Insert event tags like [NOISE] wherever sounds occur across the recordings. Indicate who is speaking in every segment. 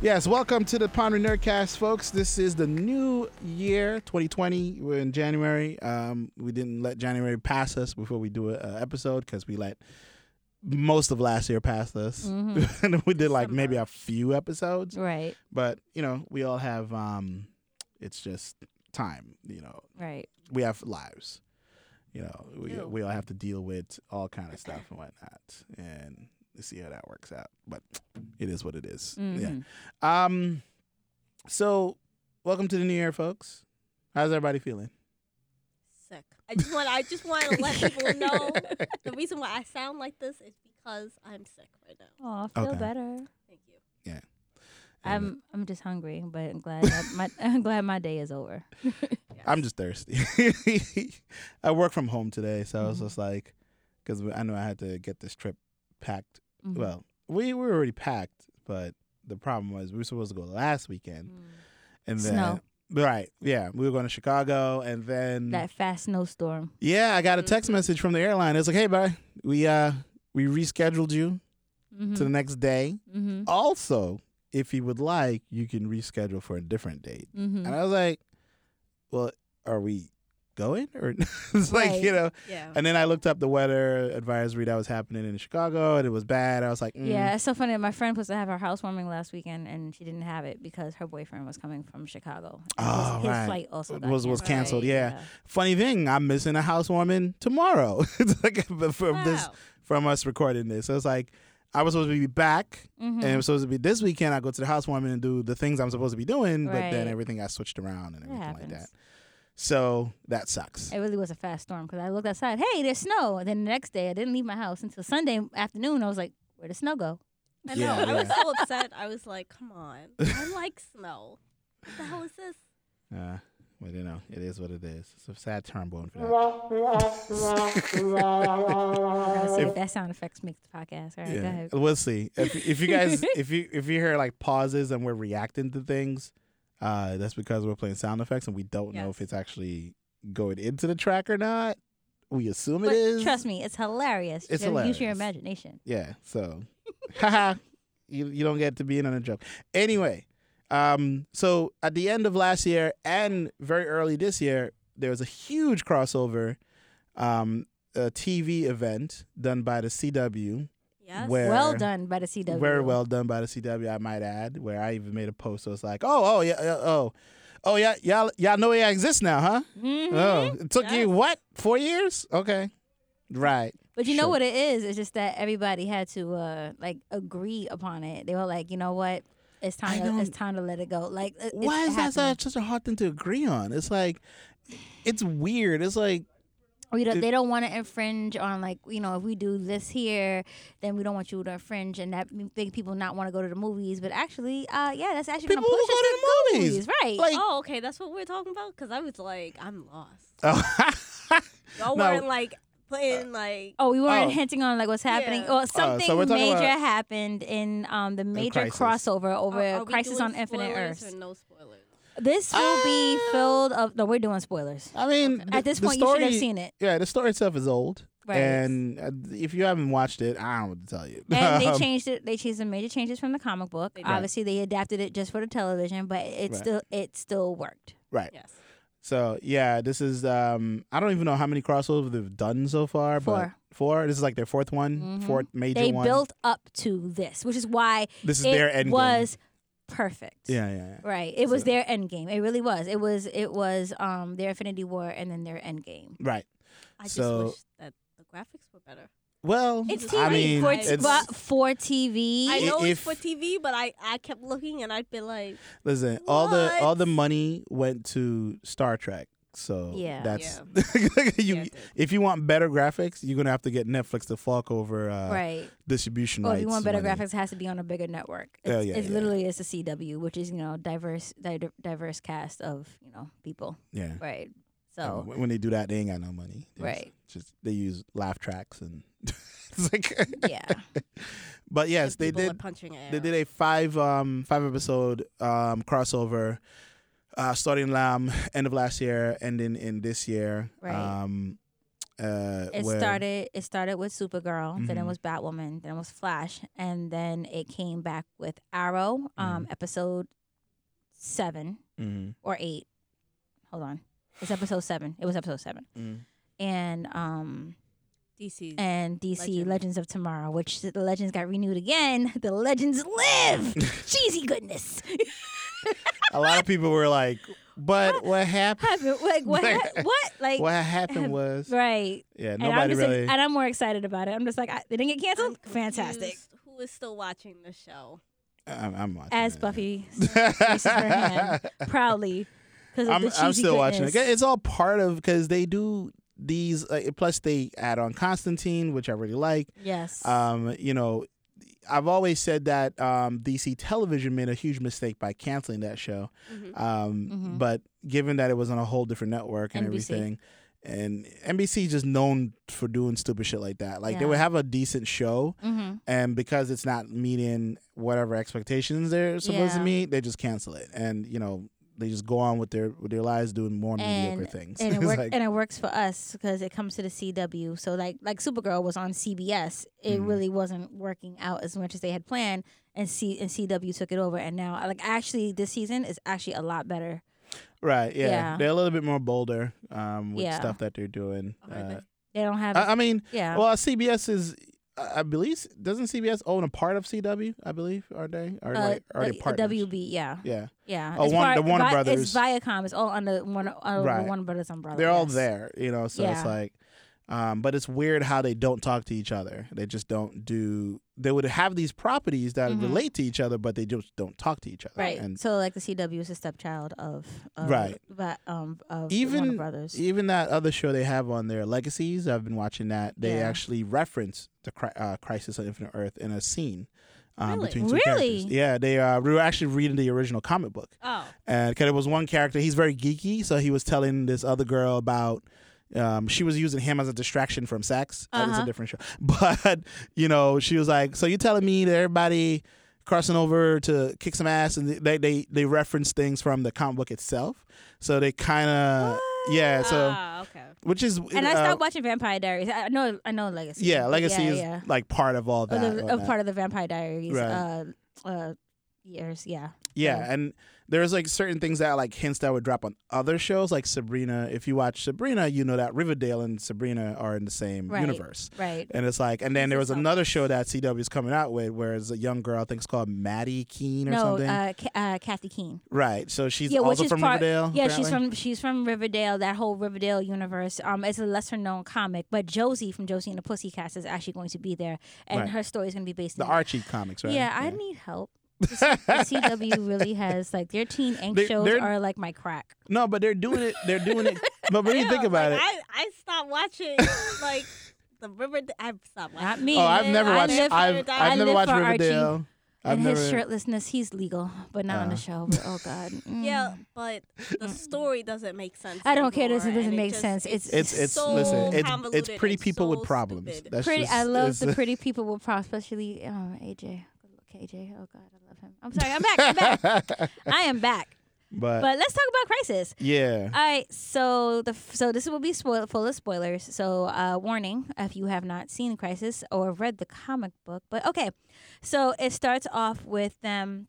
Speaker 1: Yes, welcome to the Pondering Nerdcast, folks. This is the new year, 2020. We're in January. Um, we didn't let January pass us before we do an episode because we let most of last year pass us. and [LAUGHS] we did like maybe a few episodes.
Speaker 2: Right,
Speaker 1: But, you know, we all have, um, it's just time, you know.
Speaker 2: right.
Speaker 1: we have lives. You know, we,
Speaker 2: Ew.
Speaker 1: we all have to deal with all kind of stuff and whatnot, and see how that works out. But it is what it is.
Speaker 2: Mhm.
Speaker 1: Yeah. Um. So, welcome to the new year, folks. How's everybody feeling?
Speaker 3: sick. I just want I just want
Speaker 1: [LAUGHS]
Speaker 3: to let people know the reason why I sound like this is because I'm sick right now.
Speaker 2: Oh, I feel
Speaker 1: Okay.
Speaker 2: better.
Speaker 3: Thank you.
Speaker 2: I'm I'm just hungry, but I'm glad that my [LAUGHS] I'm glad my day is over.
Speaker 1: I'm just thirsty. [LAUGHS] I work from home today, so I was just like, because I knew I had to get this trip packed.
Speaker 2: Mhm.
Speaker 1: Well, we were already packed, but the problem was we were supposed to go last weekend,
Speaker 2: Mm.
Speaker 1: and then
Speaker 2: Snow.
Speaker 1: right, yeah, we were going to Chicago, and then
Speaker 2: that fast snowstorm.
Speaker 1: yeah, I got a text message from the airline. It's like, hey, bye, we uh we rescheduled you
Speaker 2: hmm
Speaker 1: to the next day.
Speaker 2: hmm
Speaker 1: Also, if you would like, you can reschedule for a different date.
Speaker 2: hmm
Speaker 1: And I mm. was like, well, are we going? Or [LAUGHS] it's like, you
Speaker 2: Right.
Speaker 1: know.
Speaker 3: Yeah.
Speaker 1: And then I looked up the weather advisory that was happening in Chicago and it was bad. I was like, mm.
Speaker 2: Yeah, it's so funny. My friend was to have her housewarming last weekend, and she didn't have it because her boyfriend was coming from Chicago. And
Speaker 1: Oh,
Speaker 2: his, his
Speaker 1: right.
Speaker 2: flight also got
Speaker 1: Was was canceled,
Speaker 2: canceled.
Speaker 3: Right,
Speaker 1: yeah. Funny thing, I'm missing a housewarming tomorrow. [LAUGHS] it's like from this
Speaker 3: Wow.
Speaker 1: from us recording this. So it's like I was supposed to be back
Speaker 2: Mhm.
Speaker 1: and it was supposed to be this weekend I go to the housewarming and do the things I'm supposed to be doing, but then
Speaker 2: Right.
Speaker 1: everything got switched around and everything like that.
Speaker 2: happens.
Speaker 1: So that sucks.
Speaker 2: It really was a fast storm because I looked outside. Hey, there's snow. And then the next day, I didn't leave my house until Sunday afternoon. I was like, where did snow go?
Speaker 3: I know.
Speaker 1: Yeah,
Speaker 3: I was
Speaker 1: yeah. [LAUGHS]
Speaker 3: so upset. I was like, come on. I like snow. What the hell is this?
Speaker 1: Uh, well, you know, it is what it is. It's a sad trombone for that.
Speaker 2: I gotta see
Speaker 1: If-
Speaker 2: if that sound effects makes the podcast. All right, go
Speaker 1: Oh. Yeah,
Speaker 2: ahead.
Speaker 1: we'll see. If, if you guys, [LAUGHS] if you if you hear like pauses and we're reacting to things, uh, that's because we're playing sound effects and we don't know if
Speaker 3: Yes.
Speaker 1: it's actually going into the track or not. We assume
Speaker 2: But
Speaker 1: it is.
Speaker 2: trust me, it's hilarious.
Speaker 1: It's
Speaker 2: Just Use your
Speaker 1: hilarious.
Speaker 2: imagination.
Speaker 1: Yeah. So, [LAUGHS] haha, you you don't get to be in on a joke. Anyway, um, so at the end of last year and very early this year, there was a huge crossover, um, a TV event done by the CW.
Speaker 3: Yes.
Speaker 1: Where-
Speaker 2: Well done by the CW.
Speaker 1: Very well done by the CW, I might add. Where I even made a post. So it's like, oh, oh, yeah, yeah, oh, oh, yeah, y'all, y'all know it exists now, huh?
Speaker 2: Mhm.
Speaker 1: Oh, it took
Speaker 3: Yes.
Speaker 1: you what four years? Okay, right.
Speaker 2: But you
Speaker 1: Sure.
Speaker 2: know what it is? It's just that everybody had to uh like agree upon it. They were like, you know what? It's time.
Speaker 1: know.
Speaker 2: To, it's time to let it go. Like, it-
Speaker 1: why
Speaker 2: it's
Speaker 1: is that
Speaker 2: happening.
Speaker 1: such, such a hard thing to agree on? It's like, it's weird. It's like,
Speaker 2: We don't,
Speaker 1: It-
Speaker 2: they don't want to infringe on like you know if we do this here, then we don't want you to infringe, and that m- make people not want to go to the movies. But actually, uh, yeah, that's actually gonna
Speaker 1: People will
Speaker 2: push us
Speaker 1: go to the
Speaker 2: the
Speaker 1: movies.
Speaker 2: right?
Speaker 1: Like-
Speaker 3: Oh, okay. That's what we're talking about? Because I was like, I'm lost.
Speaker 1: oh,
Speaker 3: Y'all
Speaker 1: No.
Speaker 3: weren't like playing like.
Speaker 2: oh, we weren't
Speaker 1: oh. Uh,
Speaker 2: hinting on like what's happening.
Speaker 3: Yeah.
Speaker 2: Well, something
Speaker 1: we're talking
Speaker 2: major
Speaker 1: about-
Speaker 2: happened in um the major
Speaker 1: Crisis.
Speaker 2: crossover over
Speaker 3: are- are we
Speaker 2: Crisis
Speaker 3: doing
Speaker 2: on Infinite
Speaker 3: spoilers
Speaker 2: Earth.
Speaker 3: Or no spoilers.
Speaker 2: This will be
Speaker 1: Uh,
Speaker 2: filled of no. We're doing spoilers.
Speaker 1: [LAUGHS] I mean,
Speaker 2: At this point, you should have
Speaker 1: [LAUGHS]
Speaker 2: seen it.
Speaker 1: Yeah, the story itself is old,
Speaker 2: Right.
Speaker 1: and uh, if you haven't watched it, I don't know what to tell you.
Speaker 2: And they
Speaker 1: [LAUGHS] Um,
Speaker 2: changed it. They changed some major changes from the comic book.
Speaker 3: They did.
Speaker 2: Obviously, they adapted it just for the television, but it
Speaker 1: Right.
Speaker 2: still it still worked.
Speaker 1: right.
Speaker 3: Yes.
Speaker 1: So yeah, this is um, I don't even know how many crossovers they've done so far,
Speaker 2: Four.
Speaker 1: but four. This is like their fourth one,
Speaker 2: Mhm.
Speaker 1: fourth major
Speaker 2: They
Speaker 1: one.
Speaker 2: built up to this, which is why
Speaker 1: this is
Speaker 2: it
Speaker 1: their end
Speaker 2: was perfect.
Speaker 1: Yeah, yeah, yeah.
Speaker 2: Right. It was
Speaker 1: So-
Speaker 2: their end game. It really was. It was it was um their Infinity War and then their end game.
Speaker 1: Right.
Speaker 3: I just
Speaker 1: So-
Speaker 3: wish that the graphics were better.
Speaker 1: Well,
Speaker 2: It's
Speaker 3: It's
Speaker 2: TV
Speaker 1: I mean,
Speaker 2: for,
Speaker 3: great.
Speaker 1: it's,
Speaker 2: but for TV.
Speaker 3: I
Speaker 1: I-
Speaker 3: know
Speaker 1: if-
Speaker 3: it's for TV, but I, I kept looking and I'd be like,
Speaker 1: Listen, all the all the
Speaker 3: What?
Speaker 1: money went to Star Trek. So
Speaker 2: Yeah.
Speaker 1: that's [LAUGHS] you.
Speaker 3: Yeah, it did.
Speaker 1: If you want better graphics, you're gonna have to get Netflix to fork over uh,
Speaker 2: right.
Speaker 1: distribution
Speaker 2: Well,
Speaker 1: rights.
Speaker 2: if you want better
Speaker 1: money.
Speaker 2: graphics, it has to be on a bigger network. It's,
Speaker 1: Oh, yeah,
Speaker 2: it
Speaker 1: yeah.
Speaker 2: literally is the CW, which is you know diverse di- diverse cast of you know people.
Speaker 1: yeah.
Speaker 2: Right.
Speaker 1: And
Speaker 2: So
Speaker 1: when they do that, they ain't got no money. They
Speaker 2: Right.
Speaker 1: Just, just- they use laugh tracks and [LAUGHS] it's like,
Speaker 2: yeah.
Speaker 1: [LAUGHS] but yes,
Speaker 3: if
Speaker 1: they
Speaker 3: people are
Speaker 1: did.
Speaker 3: punching
Speaker 1: They did a five um five episode um crossover, uh starting um end of last year, ending in this year.
Speaker 2: Right.
Speaker 1: Um Uh,
Speaker 2: It
Speaker 1: where-
Speaker 2: started. It started with Supergirl. Then it
Speaker 1: Mhm.
Speaker 2: was Batwoman. Then it was Flash, and then it came back with Arrow. Um,
Speaker 1: Mm-hmm.
Speaker 2: episode seven
Speaker 1: Mhm,
Speaker 2: or eight. Hold on, it's episode seven. It was episode seven,
Speaker 3: Mm-hmm.
Speaker 1: mhm.
Speaker 2: and um,
Speaker 3: DC's.
Speaker 2: and DC
Speaker 3: Legend.
Speaker 2: Legends of Tomorrow, which the Legends got renewed again. [LAUGHS] The Legends live. Cheesy goodness. [LAUGHS]
Speaker 1: A lot of people were like, "But what happened?
Speaker 2: Happened- like what? what? Like
Speaker 1: What
Speaker 2: [LAUGHS]
Speaker 1: happened was
Speaker 2: right?
Speaker 1: yeah,
Speaker 2: and I'm
Speaker 1: nobody
Speaker 2: just,
Speaker 1: really."
Speaker 2: and I'm more excited about it. I'm just like, I, they didn't get
Speaker 3: I'm
Speaker 2: canceled. Fantastic.
Speaker 3: confused. Who is still watching the show?
Speaker 1: I'm, I'm watching
Speaker 2: As
Speaker 1: it. [LAUGHS]
Speaker 2: Buffy raises her hand proudly, because
Speaker 1: I'm,
Speaker 2: the cheesy
Speaker 1: I'm still watching it.
Speaker 2: goodness.
Speaker 1: It's all part of because they do these. Uh, plus, they add on Constantine, which I really like.
Speaker 2: Yes.
Speaker 1: Um, you know, I've always said that um, DC television made a huge mistake by canceling that show.
Speaker 3: Mhm.
Speaker 1: Um,
Speaker 2: Mhm.
Speaker 1: But given that it was on a whole different network and
Speaker 2: NBC.
Speaker 1: everything, and NBC is just known for doing stupid shit like that. Like they
Speaker 2: Yeah.
Speaker 1: would have a decent show,
Speaker 2: hmm
Speaker 1: and because it's not meeting whatever expectations they're supposed to
Speaker 2: Yeah.
Speaker 1: meet, they just cancel it, and you know they just go on with their with their lives doing more
Speaker 2: And-
Speaker 1: mediocre [LAUGHS] things.
Speaker 2: And it
Speaker 1: It's
Speaker 2: works.
Speaker 1: like-
Speaker 2: and it works for us because it comes to the CW. So like like Supergirl was on CBS. It
Speaker 1: Mhm.
Speaker 2: really wasn't working out as much as they had planned. And C and CW took it over. And now like actually this season is actually a lot better.
Speaker 1: right, yeah.
Speaker 2: yeah.
Speaker 1: they're a little bit more bolder um, with
Speaker 2: Yeah.
Speaker 1: stuff that they're doing.
Speaker 3: Are
Speaker 1: Uh,
Speaker 3: they?
Speaker 2: They don't have
Speaker 1: I, I mean,
Speaker 2: yeah.
Speaker 1: well, CBS is. I I believe doesn't CBS own a part of CW? I believe are they are
Speaker 2: uh,
Speaker 1: like are they
Speaker 2: like,
Speaker 1: partners?
Speaker 2: WB, yeah,
Speaker 1: Yeah,
Speaker 2: yeah.
Speaker 1: Oh,
Speaker 2: It's
Speaker 1: Warner-
Speaker 2: part-
Speaker 1: the Warner
Speaker 2: Vi-
Speaker 1: Brothers.
Speaker 2: It's Viacom. It's all under one uh,
Speaker 1: Right.
Speaker 2: Warner Brothers umbrella.
Speaker 1: they're all
Speaker 2: yes.
Speaker 1: there, you know. So it's
Speaker 2: Yeah.
Speaker 1: like, um, but it's weird how they don't talk to each other. They just don't do. They would have these properties that
Speaker 2: Mhm.
Speaker 1: relate to each other, but they just don't talk to each other.
Speaker 2: Right.
Speaker 1: uh, And
Speaker 2: so like the CW is a stepchild of, of
Speaker 1: Right.
Speaker 2: But um of
Speaker 1: Even-
Speaker 2: Warner Brothers.
Speaker 1: even that other show they have on there, Legacies. I've been watching that. They
Speaker 2: Yeah.
Speaker 1: actually reference the cri- uh, Crisis on Infinite Earth in a scene. Um,
Speaker 3: Really?
Speaker 1: Between two
Speaker 2: Really?
Speaker 1: characters. Yeah, they uh, we were actually reading the original comic book.
Speaker 3: Oh,
Speaker 1: and because it was one character, he's very geeky, so he was telling this other girl about. Um, she was using him as a distraction from sex. That is a
Speaker 2: Uh-huh.
Speaker 1: different show, [LAUGHS] but you know, she was like, "So you telling me that everybody crossing over to kick some ass?" And they they they reference things from the comic book itself, so they kind of yeah. So
Speaker 3: ah, okay.
Speaker 1: which is
Speaker 2: and I
Speaker 1: uh,
Speaker 2: stopped watching Vampire Diaries. I I know I know Legacy.
Speaker 1: yeah,
Speaker 2: but
Speaker 1: legacy
Speaker 2: yeah,
Speaker 1: is
Speaker 2: yeah.
Speaker 1: like part of all
Speaker 2: Of
Speaker 1: that.
Speaker 2: the-
Speaker 1: all
Speaker 2: of
Speaker 1: that.
Speaker 2: part of the Vampire Diaries.
Speaker 1: Right.
Speaker 2: Uh, uh, years. Yeah.
Speaker 1: Yeah,
Speaker 2: Yeah.
Speaker 1: and there's like certain things that like hints that would drop on other shows, like Sabrina. If you watch Sabrina, you know that Riverdale and Sabrina are in the same
Speaker 2: Right.
Speaker 1: universe.
Speaker 2: Right.
Speaker 1: And it's like, and then
Speaker 3: This
Speaker 1: there
Speaker 3: is
Speaker 1: was
Speaker 3: so
Speaker 1: another
Speaker 3: nice.
Speaker 1: show that CW is coming out with, where it's a young girl, I think it's called Maddie Keene or
Speaker 2: no,
Speaker 1: something.
Speaker 2: uh, Ca- uh, Kathy Keene.
Speaker 1: right. So she's
Speaker 2: yeah, which
Speaker 1: also
Speaker 2: is
Speaker 1: from
Speaker 2: part-
Speaker 1: Riverdale.
Speaker 2: Yeah, she's
Speaker 1: apparently?
Speaker 2: from she's from Riverdale. That whole Riverdale universe. Um, it's a lesser known comic, but Josie from Josie and the Pussycats is actually going to be there, and
Speaker 1: Right.
Speaker 2: her story is going to be based.
Speaker 1: the
Speaker 2: in that.
Speaker 1: Archie comics, right?
Speaker 2: Yeah, I need
Speaker 1: [LAUGHS]
Speaker 2: help. The CW really has like their teen angst
Speaker 1: They-
Speaker 2: shows
Speaker 1: they're-
Speaker 2: are like my crack.
Speaker 1: no, but they're doing it. They're doing
Speaker 2: [LAUGHS]
Speaker 1: it. But when you
Speaker 3: Yeah,
Speaker 1: think about
Speaker 3: like,
Speaker 1: it,
Speaker 3: I, I stopped watching like the river. I stopped watching.
Speaker 2: Not me.
Speaker 1: oh, I've never
Speaker 2: I
Speaker 1: watched.
Speaker 2: live-
Speaker 1: I've,
Speaker 3: I
Speaker 1: I've never
Speaker 2: live
Speaker 1: watched
Speaker 2: for Archie.
Speaker 1: Riverdale. I've
Speaker 2: and
Speaker 1: never.
Speaker 2: his shirtlessness, he's legal, but not on
Speaker 1: Uh.
Speaker 2: the show. But, oh
Speaker 1: [LAUGHS]
Speaker 2: God. Mm.
Speaker 3: Yeah, but
Speaker 2: [LAUGHS]
Speaker 3: the story doesn't make sense.
Speaker 2: I don't care, it
Speaker 3: This
Speaker 2: doesn't- doesn't make sense. It's-
Speaker 1: It's it's
Speaker 3: so
Speaker 1: listen. It's it's
Speaker 3: convoluted
Speaker 1: pretty
Speaker 3: and
Speaker 1: people
Speaker 3: so
Speaker 1: with problems.
Speaker 3: stupid.
Speaker 1: That's
Speaker 2: pretty.
Speaker 1: Just,
Speaker 2: I love
Speaker 1: it's- [LAUGHS]
Speaker 2: the pretty people with props, especially um, AJ. Good look, AJ. Oh God, I love him. I'm sorry. I'm back. I'm
Speaker 1: [LAUGHS]
Speaker 2: back. I am back.
Speaker 1: but,
Speaker 2: But let's talk about crisis.
Speaker 1: yeah,
Speaker 2: All right, so the f- so this will be spoil- full of spoilers. So uh, warning if you have not seen Crisis or read the comic book. But okay, so it starts off with them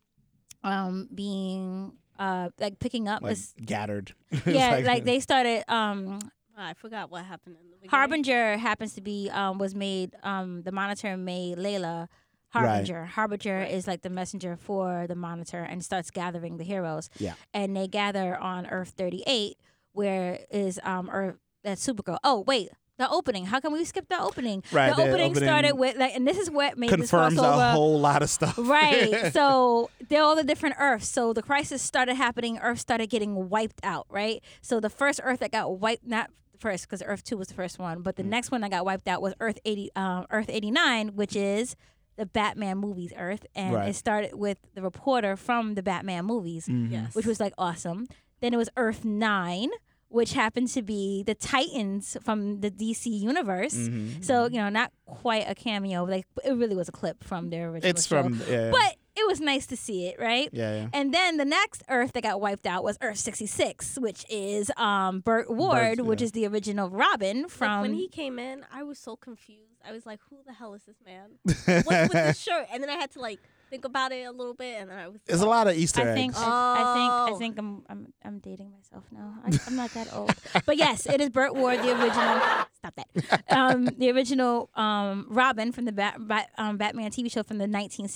Speaker 2: um, being uh, like picking up.
Speaker 1: like [LAUGHS]
Speaker 2: this,
Speaker 1: gathered. It's
Speaker 2: yeah, like, they started. Um,
Speaker 3: Oh, I forgot what happened in the beginning.
Speaker 2: Harbinger happens to be um, was made. Um, the Monitor made Layla. Harbinger. Harbinger
Speaker 3: Right.
Speaker 2: is like the messenger for the Monitor and starts gathering the heroes
Speaker 1: Yeah.
Speaker 2: and they gather on Earth 38, where is um Earth that Supergirl. Oh wait, the opening. How can we skip the opening?
Speaker 1: [LAUGHS] Right,
Speaker 2: the,
Speaker 1: the
Speaker 2: opening,
Speaker 1: opening
Speaker 2: started with like, and this is what made
Speaker 1: confirms
Speaker 2: this
Speaker 1: a
Speaker 2: crossover.
Speaker 1: whole lot of stuff. [LAUGHS]
Speaker 2: Right, so they're all the different Earths. So the crisis started happening. Earth started getting wiped out. Right, so the first Earth that got wiped, not first because Earth two was the first one, but the next one that got wiped out was Earth eighty, um, Earth eighty nine, which is the Batman movies Earth, and
Speaker 1: Right.
Speaker 2: it started with the reporter from the Batman movies
Speaker 1: Mhm.
Speaker 3: Yes.
Speaker 2: which was like awesome. Then it was Earth Nine, which happened to be the Titans from the DC universe.
Speaker 1: Mhm.
Speaker 2: So you know, not quite a cameo, but like it really was a clip from their original.
Speaker 1: It's
Speaker 2: show.
Speaker 1: from yeah.
Speaker 2: but it it was nice to see it, right?
Speaker 1: Yeah, yeah.
Speaker 2: And then the next Earth that got wiped out was Earth 66, which is um, Burt Ward,
Speaker 1: Burt,
Speaker 2: which
Speaker 1: yeah.
Speaker 2: is the original Robin from.
Speaker 3: Like, when he came in, I was so confused. I was like, "Who the hell is this
Speaker 2: [LAUGHS]
Speaker 3: man? What's with this shirt?" And then I had to like think about it a little bit, and then I was.
Speaker 1: There's a lot of Easter
Speaker 2: I
Speaker 1: eggs.
Speaker 2: think, um, I, I think I
Speaker 3: Oh.
Speaker 2: think I'm I'm I'm dating myself now. I, I'm not that old, but yes, it is Burt Ward, the
Speaker 1: [LAUGHS]
Speaker 2: original. Stop that. Um, the original um, Robin from the Bat, Bat, um, Batman TV show from the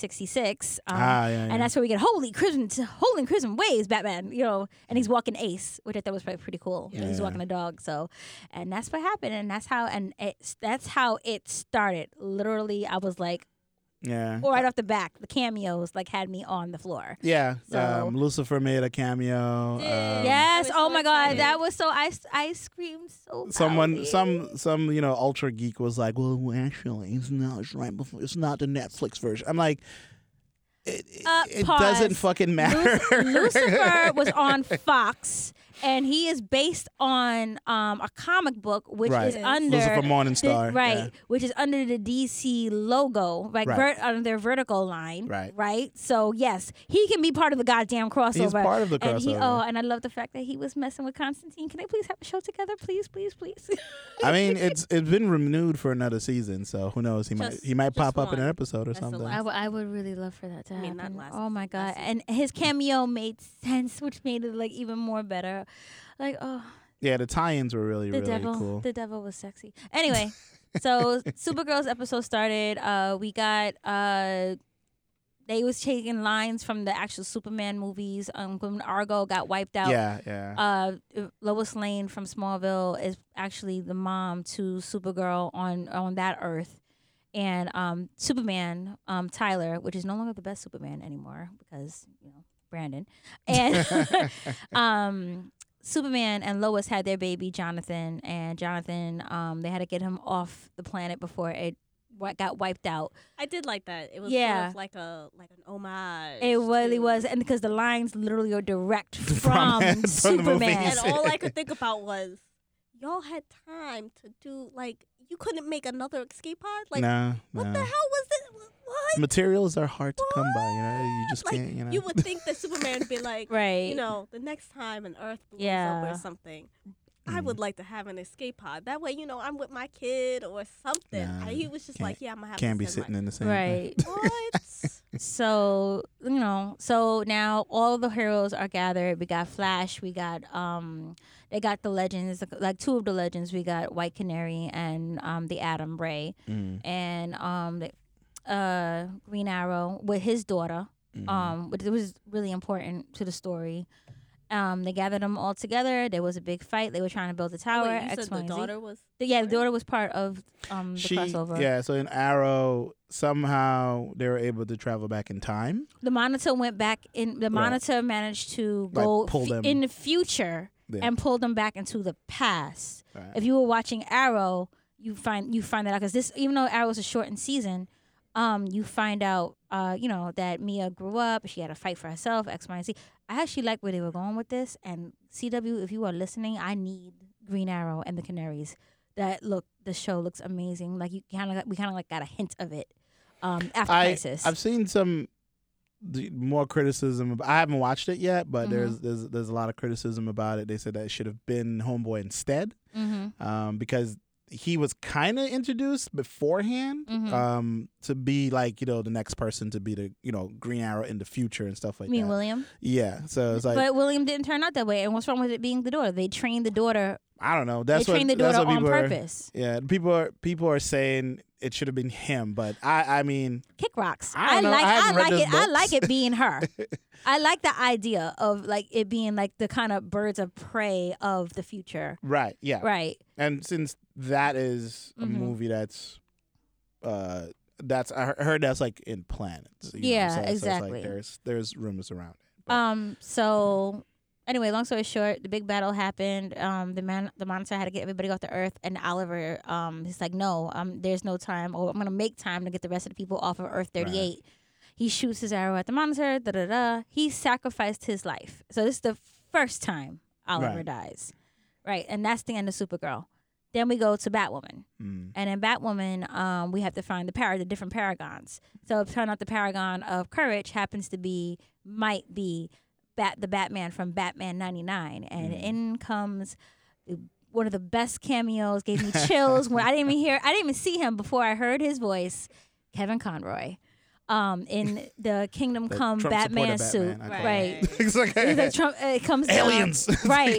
Speaker 2: 1966. Um,
Speaker 1: Ah, yeah, yeah.
Speaker 2: And that's where we get holy crimson, holy crimson waves, Batman. You know, and he's walking Ace, which I thought was probably pretty cool.
Speaker 1: Mm. Yeah.
Speaker 2: He's walking a dog, so, and that's what happened, and that's how, and it's that's how it started. Literally, I was like,
Speaker 1: yeah.
Speaker 2: right off the back, the cameos like had me on the floor.
Speaker 1: Yeah.
Speaker 2: So-
Speaker 1: Um, Lucifer made a cameo.
Speaker 3: Did.
Speaker 1: Um,
Speaker 2: Yes.
Speaker 3: I was
Speaker 2: Oh
Speaker 3: so
Speaker 2: my god,
Speaker 3: excited.
Speaker 2: that was so I I screamed so.
Speaker 1: Someone,
Speaker 2: loudly.
Speaker 1: some, [LAUGHS] some, you know, ultra geek was like, "Well, actually, it's not it's right before. It's not the Netflix version." I'm like, it, it-
Speaker 2: Uh,
Speaker 1: it
Speaker 2: pause.
Speaker 1: doesn't fucking matter.
Speaker 2: Luc- Lucifer was
Speaker 1: [LAUGHS]
Speaker 2: on Fox, and he is based on um, a comic book, which
Speaker 1: Right.
Speaker 2: is
Speaker 3: Yes.
Speaker 2: under
Speaker 1: Lucifer Morningstar,
Speaker 3: [LAUGHS]
Speaker 2: the- right?
Speaker 1: yeah.
Speaker 2: Which is under the DC logo, like
Speaker 1: Right.
Speaker 2: vert, under their vertical line,
Speaker 1: Right.
Speaker 2: Right. So yes, he can be part of the goddamn crossover.
Speaker 1: part of the
Speaker 2: And he,
Speaker 1: crossover.
Speaker 2: oh, and I love the fact that he was messing with Constantine. Can they please have a show together, please, please, please? [LAUGHS]
Speaker 1: I mean, it's it's been renewed for another season, so who knows? He might
Speaker 3: Just-
Speaker 1: he might
Speaker 3: just
Speaker 1: pop up in an
Speaker 3: one.
Speaker 1: episode or
Speaker 3: That's the
Speaker 1: something.
Speaker 2: I
Speaker 3: last-
Speaker 2: would- I would really love for that to
Speaker 3: I mean,
Speaker 2: happen.
Speaker 3: not last
Speaker 2: oh my god!
Speaker 3: last
Speaker 2: And his cameo made sense, [LAUGHS] which made it like even more better. Like oh,
Speaker 1: Yeah, the tie-ins were really
Speaker 2: the
Speaker 1: really
Speaker 2: devil,
Speaker 1: cool.
Speaker 2: the devil was sexy. Anyway,
Speaker 1: [LAUGHS]
Speaker 2: so Supergirl's episode started. Uh, we got uh. They was taking lines from the actual Superman movies. Um, when Argo got wiped out,
Speaker 1: yeah, yeah.
Speaker 2: uh, Lois Lane from Smallville is actually the mom to Supergirl on on that Earth, and um, Superman um, Tyler, which is no longer the best Superman anymore because you know Brandon,
Speaker 1: [LAUGHS]
Speaker 3: Uh,
Speaker 2: and [LAUGHS] um, Superman and Lois had their baby Jonathan, and Jonathan um, they had to get him off the planet before it wa- got wiped out.
Speaker 3: I did like that. It was
Speaker 2: Yeah.
Speaker 3: sort of like a like an homage.
Speaker 2: It really
Speaker 3: to-
Speaker 2: was, and because the lines literally are
Speaker 1: [LAUGHS]
Speaker 2: direct
Speaker 1: From-
Speaker 2: from,
Speaker 1: from the
Speaker 2: Superman.
Speaker 1: movies.
Speaker 3: [LAUGHS] And all I could think about was, y'all had time to do like you couldn't make another escape pod. [LAUGHS]
Speaker 1: [LAUGHS]
Speaker 3: Like
Speaker 1: nah,
Speaker 3: what
Speaker 1: nah.
Speaker 3: the hell was this? Wh- What?
Speaker 1: Materials are hard to come by. You know, you
Speaker 3: What?
Speaker 1: just
Speaker 3: Like,
Speaker 1: can't. You know,
Speaker 3: You would think that Superman would be like,
Speaker 2: Right.
Speaker 3: you know, the next time an Earth blows up
Speaker 2: Yeah.
Speaker 3: or something. I
Speaker 1: Mm.
Speaker 3: would like to have an escape pod. That way, you know, I'm with my kid or something.
Speaker 1: Nah,
Speaker 3: I- he was just
Speaker 1: can't-
Speaker 3: like, yeah, I'm gonna have
Speaker 1: can't be
Speaker 3: to send
Speaker 1: sitting
Speaker 3: my-
Speaker 1: in the same.
Speaker 2: right.
Speaker 1: [LAUGHS]
Speaker 3: [LAUGHS] What?
Speaker 2: so you know so now all the heroes are gathered we got flash we got um they got the legends like two of the legends we got white canary and um the adam ray
Speaker 1: Mm,
Speaker 2: and um the, uh green arrow with his daughter
Speaker 1: mm.
Speaker 2: um which was really important to the story um they gathered them all together there was a big fight they were trying to build a tower
Speaker 3: Wait, you
Speaker 2: X,
Speaker 3: said
Speaker 2: Y,
Speaker 3: the
Speaker 2: and Z.
Speaker 3: daughter was.
Speaker 2: yeah the daughter was part of um the crossover
Speaker 1: Yeah, so in Arrow, somehow they were able to travel back in time.
Speaker 2: The monitor went back in. The monitor managed to
Speaker 1: Like,
Speaker 2: go
Speaker 1: pull
Speaker 2: f-
Speaker 1: them.
Speaker 2: in the future
Speaker 1: Yeah.
Speaker 2: and pull them back into the past.
Speaker 1: Right.
Speaker 2: If you were watching Arrow, you find you find that out because this, even though Arrow's a shortened season, um, you find out, uh, you know, that Mia grew up. She had a fight for herself. X, Y, and Z. I actually like where they were going with this. And CW, if you are listening, I need Green Arrow and the Canaries. That look, the show looks amazing. Like you kind of, we kind of like got a hint of it. Um, after
Speaker 1: I,
Speaker 2: Crisis,
Speaker 1: I've seen some the- more criticism. ab- I haven't watched it yet, but
Speaker 2: Mm-hmm.
Speaker 1: there's there's there's a lot of criticism about it. They said that it should have been Homeboy instead,
Speaker 2: mm-hmm.
Speaker 1: um, because he was kind of introduced beforehand
Speaker 2: Mhm.
Speaker 1: um, to be like you know the next person to be the you know Green Arrow in the future and stuff like
Speaker 2: You mean
Speaker 1: that.
Speaker 2: William?
Speaker 1: Yeah, so it's like
Speaker 2: but William didn't turn out that way. And what's wrong with it being the daughter? They trained the daughter.
Speaker 1: I don't know. That's
Speaker 2: they
Speaker 1: what
Speaker 2: trained the
Speaker 1: that's
Speaker 2: daughter
Speaker 1: what
Speaker 2: on
Speaker 1: people are-
Speaker 2: purpose.
Speaker 1: Yeah, people are people are saying it should have been him, but I I mean
Speaker 2: Kick rocks.
Speaker 1: I
Speaker 2: I,
Speaker 1: don't know.
Speaker 2: like.
Speaker 1: I
Speaker 2: I,
Speaker 1: haven't read
Speaker 2: like
Speaker 1: those
Speaker 2: it. I
Speaker 1: books.
Speaker 2: like it
Speaker 1: [LAUGHS]
Speaker 2: being her. I like the idea of like it being like the kind of birds of prey of the future.
Speaker 1: right, yeah.
Speaker 2: Right.
Speaker 1: And since that is a
Speaker 2: Mhm.
Speaker 1: movie that's uh that's I he- heard that's like in planets. you know,
Speaker 2: Yeah,
Speaker 1: so- so it's like
Speaker 2: exactly.
Speaker 1: there's there's rumors around it. But-
Speaker 2: Um. So, anyway, long story short, the big battle happened. Um. The man, the monitor had to get everybody off the earth, and Oliver, um, he's like, no, um, there's no time. Oh, I'm gonna make time to get the rest of the people off of Earth 38. He shoots his arrow at the monitor. Da da da. He sacrificed his life. So this is the first time Oliver
Speaker 1: Right.
Speaker 2: dies. Right, and that's the end of Supergirl. Then we go to Batwoman.
Speaker 1: Mm.
Speaker 2: And in Batwoman, um, we have to find the power, the different paragons. So it turned out the paragon of courage happens to be, might be, Bat the Batman from Batman 99. And
Speaker 1: Mm.
Speaker 2: in comes one of the best cameos,
Speaker 1: [LAUGHS]
Speaker 2: gave me chills when I didn't even hear, I didn't even see him before I heard his voice, Kevin Conroy. Um, in the Kingdom
Speaker 1: The
Speaker 2: Come
Speaker 1: Trump supporter
Speaker 2: Batman suit,
Speaker 1: Batman, I
Speaker 3: call
Speaker 2: right?
Speaker 3: him.
Speaker 1: [LAUGHS] it's like,
Speaker 2: He's like Trump. It comes down-
Speaker 1: [LAUGHS] aliens.
Speaker 2: [LAUGHS] right?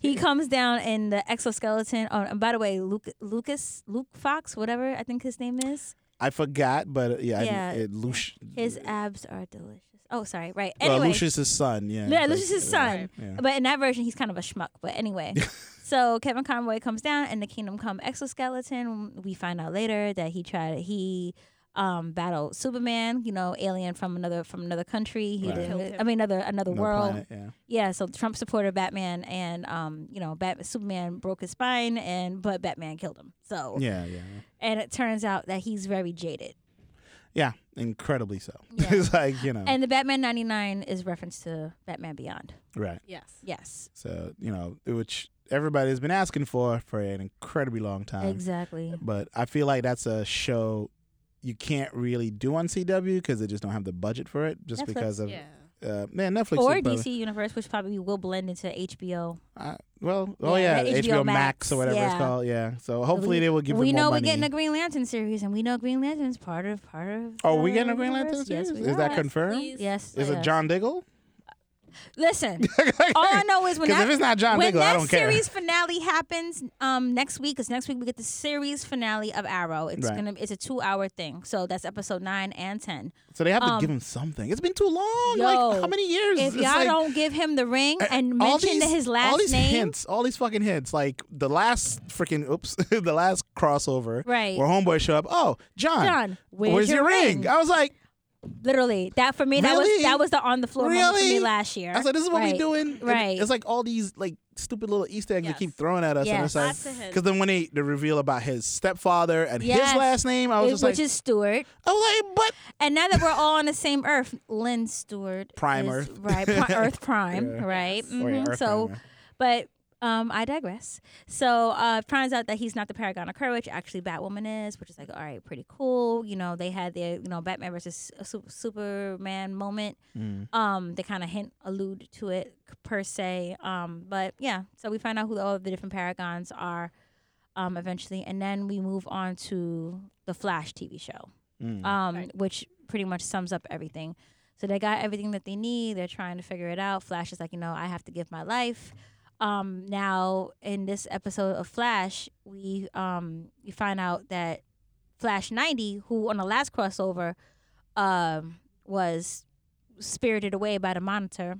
Speaker 2: He comes down in the exoskeleton. Oh, and by the way, Luke, Lucas, Luke Fox, whatever I think his name is.
Speaker 1: [LAUGHS] I forgot, but uh, yeah,
Speaker 2: Yeah.
Speaker 1: yeah. It, Lush,
Speaker 2: His abs are delicious. Oh, sorry. Right.
Speaker 1: uh,
Speaker 2: Anyway,
Speaker 1: Lucius's son. Yeah,
Speaker 2: yeah,
Speaker 1: Like,
Speaker 2: Lucius's
Speaker 1: yeah,
Speaker 2: son.
Speaker 1: yeah.
Speaker 2: But in that version, he's kind of a schmuck. But anyway, so Kevin Conroy comes down in the Kingdom Come exoskeleton. We find out later that he tried. He um battled Superman. You know, alien from another from another country. He
Speaker 1: Right.
Speaker 2: didn't-
Speaker 3: Killed him.
Speaker 2: I mean, another another
Speaker 1: No
Speaker 2: world.
Speaker 1: planet, yeah.
Speaker 2: Yeah, so Trump supporter Batman and um, you know, Bat- Superman broke his spine and but Batman killed him. So
Speaker 1: yeah, yeah,
Speaker 2: and it turns out that he's very jaded.
Speaker 1: yeah, incredibly so. [LAUGHS]
Speaker 2: Yeah.
Speaker 1: it's like you know,
Speaker 2: And the Batman 99 is reference to Batman Beyond.
Speaker 1: right?
Speaker 3: Yes.
Speaker 2: Yes.
Speaker 1: So you know, which everybody's been asking for for an incredibly long time.
Speaker 2: exactly.
Speaker 1: But I feel like that's a show you can't really do on CW because they just don't have the budget for it. Just
Speaker 2: Netflix,
Speaker 1: because of
Speaker 3: Yeah.
Speaker 1: [LAUGHS] uh, man, Netflix
Speaker 2: Or
Speaker 1: is probably-
Speaker 2: DC Universe, which probably will blend into HBO.
Speaker 1: I, well, oh
Speaker 2: Yeah,
Speaker 1: yeah,
Speaker 2: the
Speaker 1: HBO,
Speaker 2: HBO
Speaker 1: Max or
Speaker 2: Max,
Speaker 1: whatever it's
Speaker 2: yeah.
Speaker 1: called. Yeah. So hopefully they will give.
Speaker 2: we
Speaker 1: it
Speaker 2: know
Speaker 1: more
Speaker 2: we're getting a
Speaker 1: money.
Speaker 2: Green Lantern series, and we know Green Lantern's part of part of.
Speaker 1: Oh, we
Speaker 2: uh,
Speaker 1: getting a Green Lantern
Speaker 2: universe. Yes,
Speaker 1: series?
Speaker 2: we
Speaker 1: Is that
Speaker 2: are.
Speaker 1: confirmed?
Speaker 3: Please.
Speaker 2: Yes.
Speaker 1: Is it
Speaker 2: yes.
Speaker 1: John Diggle? [LAUGHS]
Speaker 2: Listen,
Speaker 1: Because
Speaker 2: all I know
Speaker 1: [LAUGHS]
Speaker 2: is when I,
Speaker 1: if it's not John
Speaker 2: when
Speaker 1: Diggle,
Speaker 2: that
Speaker 1: I don't care.
Speaker 2: series finale happens um, next week, because next week we get the series finale of Arrow. It's
Speaker 1: Right.
Speaker 2: gonna it's a two hour thing, so that's episode nine and ten.
Speaker 1: So they have to
Speaker 2: Um,
Speaker 1: give him something. It's been too long.
Speaker 2: yo,
Speaker 1: like how many years?
Speaker 2: If
Speaker 1: It's
Speaker 2: y'all
Speaker 1: like-
Speaker 2: don't give him the ring and
Speaker 1: all
Speaker 2: mention
Speaker 1: these-
Speaker 2: his last
Speaker 1: all these
Speaker 2: name,
Speaker 1: hints, all these fucking hints, like the last freaking oops, [LAUGHS] the last crossover
Speaker 2: right?
Speaker 1: where homeboy show up. Oh, John,
Speaker 2: John, where's,
Speaker 1: your ring? I was like,
Speaker 2: Literally, that for me, that was
Speaker 1: Really?
Speaker 2: that was the on the floor moment for me
Speaker 1: Really?
Speaker 2: last year.
Speaker 1: I was like, this is what we
Speaker 2: Right.
Speaker 1: doing. And
Speaker 2: Right.
Speaker 1: It's like all these like stupid little Easter eggs
Speaker 3: Yes.
Speaker 1: they keep throwing at us, and
Speaker 2: Yes.
Speaker 1: it's like.
Speaker 3: Lots of hints.
Speaker 1: Because then when they, they reveal about his stepfather and
Speaker 2: Yes.
Speaker 1: his last name, I was
Speaker 2: It-
Speaker 1: just like,
Speaker 2: which is Stewart.
Speaker 1: I was like, but
Speaker 2: And now that we're all on the same Earth, Lynn Stewart,
Speaker 1: Prime
Speaker 2: is-
Speaker 1: Earth. [LAUGHS]
Speaker 2: right? Pri- Earth Prime,
Speaker 1: Yeah.
Speaker 2: right?
Speaker 1: Oh, yeah,
Speaker 2: Mhm.
Speaker 1: Earth
Speaker 2: [LAUGHS] So
Speaker 1: Prime,
Speaker 2: But um, I digress. So uh, it turns out that he's not the Paragon of Courage. Actually, Batwoman is, which is like, all right, pretty cool. You know, they had their you know Batman versus Su- Superman moment.
Speaker 1: yeah. Mm.
Speaker 2: Um, they kind of hint, allude to it per se. Um, but yeah, so we find out who all the different Paragons are. Um, eventually, and then we move on to the Flash TV show
Speaker 1: Mm.
Speaker 2: um,
Speaker 3: Right.
Speaker 2: which pretty much sums up everything. So they got everything that they need. They're trying to figure it out. Flash is like, you know, I have to give my life. Um, now in this episode of Flash, we um, we find out that Flash ninety, who on the last crossover, um, was spirited away by the Monitor,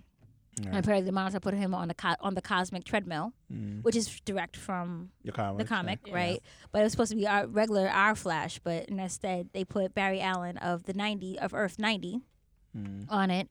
Speaker 2: and
Speaker 1: Yeah.
Speaker 2: apparently the Monitor put him on the co- on the cosmic treadmill,
Speaker 1: Mm.
Speaker 2: which is direct from
Speaker 1: Your comic.
Speaker 2: the
Speaker 1: yeah.
Speaker 2: comic,
Speaker 3: Yeah.
Speaker 2: right? But it was supposed to be our regular our Flash, but instead they put Barry Allen of the ninety of Earth ninety
Speaker 1: Mm.
Speaker 2: on it,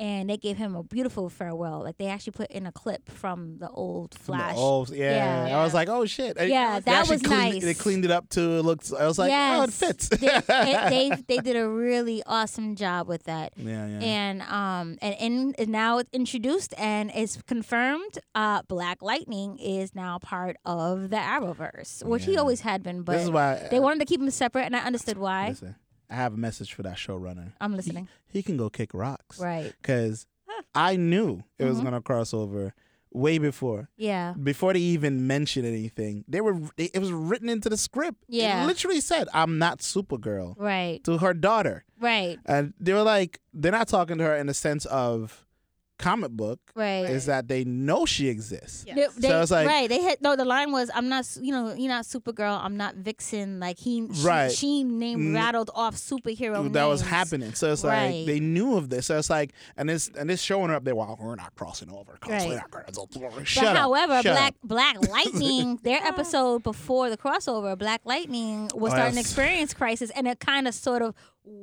Speaker 2: and they gave him a beautiful farewell. Like they actually put in a clip from the old
Speaker 1: From the
Speaker 2: Flash.
Speaker 1: O's, yeah.
Speaker 2: Yeah.
Speaker 1: I was like, oh shit. I-
Speaker 2: Yeah,
Speaker 1: they
Speaker 2: that
Speaker 1: actually
Speaker 2: was
Speaker 1: cleaned-
Speaker 2: nice.
Speaker 1: They cleaned it up to it looks. I was like, oh, it
Speaker 2: Yes.
Speaker 1: fits.
Speaker 2: they,
Speaker 1: [LAUGHS]
Speaker 2: it- they they did a really awesome job with that.
Speaker 1: yeah, yeah.
Speaker 2: And um and in and now it's introduced and it's confirmed. Uh, Black Lightning is now part of the Arrowverse, which he
Speaker 1: Yeah.
Speaker 2: always had been,
Speaker 1: this is
Speaker 2: but
Speaker 1: why
Speaker 2: they wanted to keep them separate, and I understood why.
Speaker 1: Listen, I have a message for that showrunner.
Speaker 2: I'm listening.
Speaker 1: He can go kick rocks,
Speaker 2: Right.
Speaker 1: Because I knew it was
Speaker 2: Mhm.
Speaker 1: gonna cross over way before
Speaker 2: Yeah.
Speaker 1: before they even mentioned anything. They were they, it was written into the script. It
Speaker 2: Yeah.
Speaker 1: literally said, "I'm not Supergirl."
Speaker 2: Right.
Speaker 1: To her daughter,
Speaker 2: Right.
Speaker 1: and they were like, they're not talking to her in the sense of comic book.
Speaker 2: Right.
Speaker 1: Is that they know she exists.
Speaker 2: They-
Speaker 3: Yes.
Speaker 2: they-
Speaker 1: So it's like-
Speaker 2: right. They had no. The line was, "I'm not, you know, you're not Supergirl. I'm not Vixen." Like he, she,
Speaker 1: Right.
Speaker 2: She
Speaker 1: N-
Speaker 2: named rattled off superhero.
Speaker 1: that was
Speaker 2: names.
Speaker 1: happening. So it's
Speaker 2: Right.
Speaker 1: like they knew of this. So it's like, and this and this showing her up there. Well, we're not crossing over. 'cause
Speaker 2: Right.
Speaker 1: we're not gonna go through."
Speaker 2: But
Speaker 1: Shut up.
Speaker 2: however,
Speaker 1: Shut
Speaker 2: Black
Speaker 1: up. [LAUGHS]
Speaker 2: Black Lightning, their episode before the crossover, Black Lightning was
Speaker 1: Oh,
Speaker 2: starting to
Speaker 1: yes.
Speaker 2: experience crisis, and it kind of sort of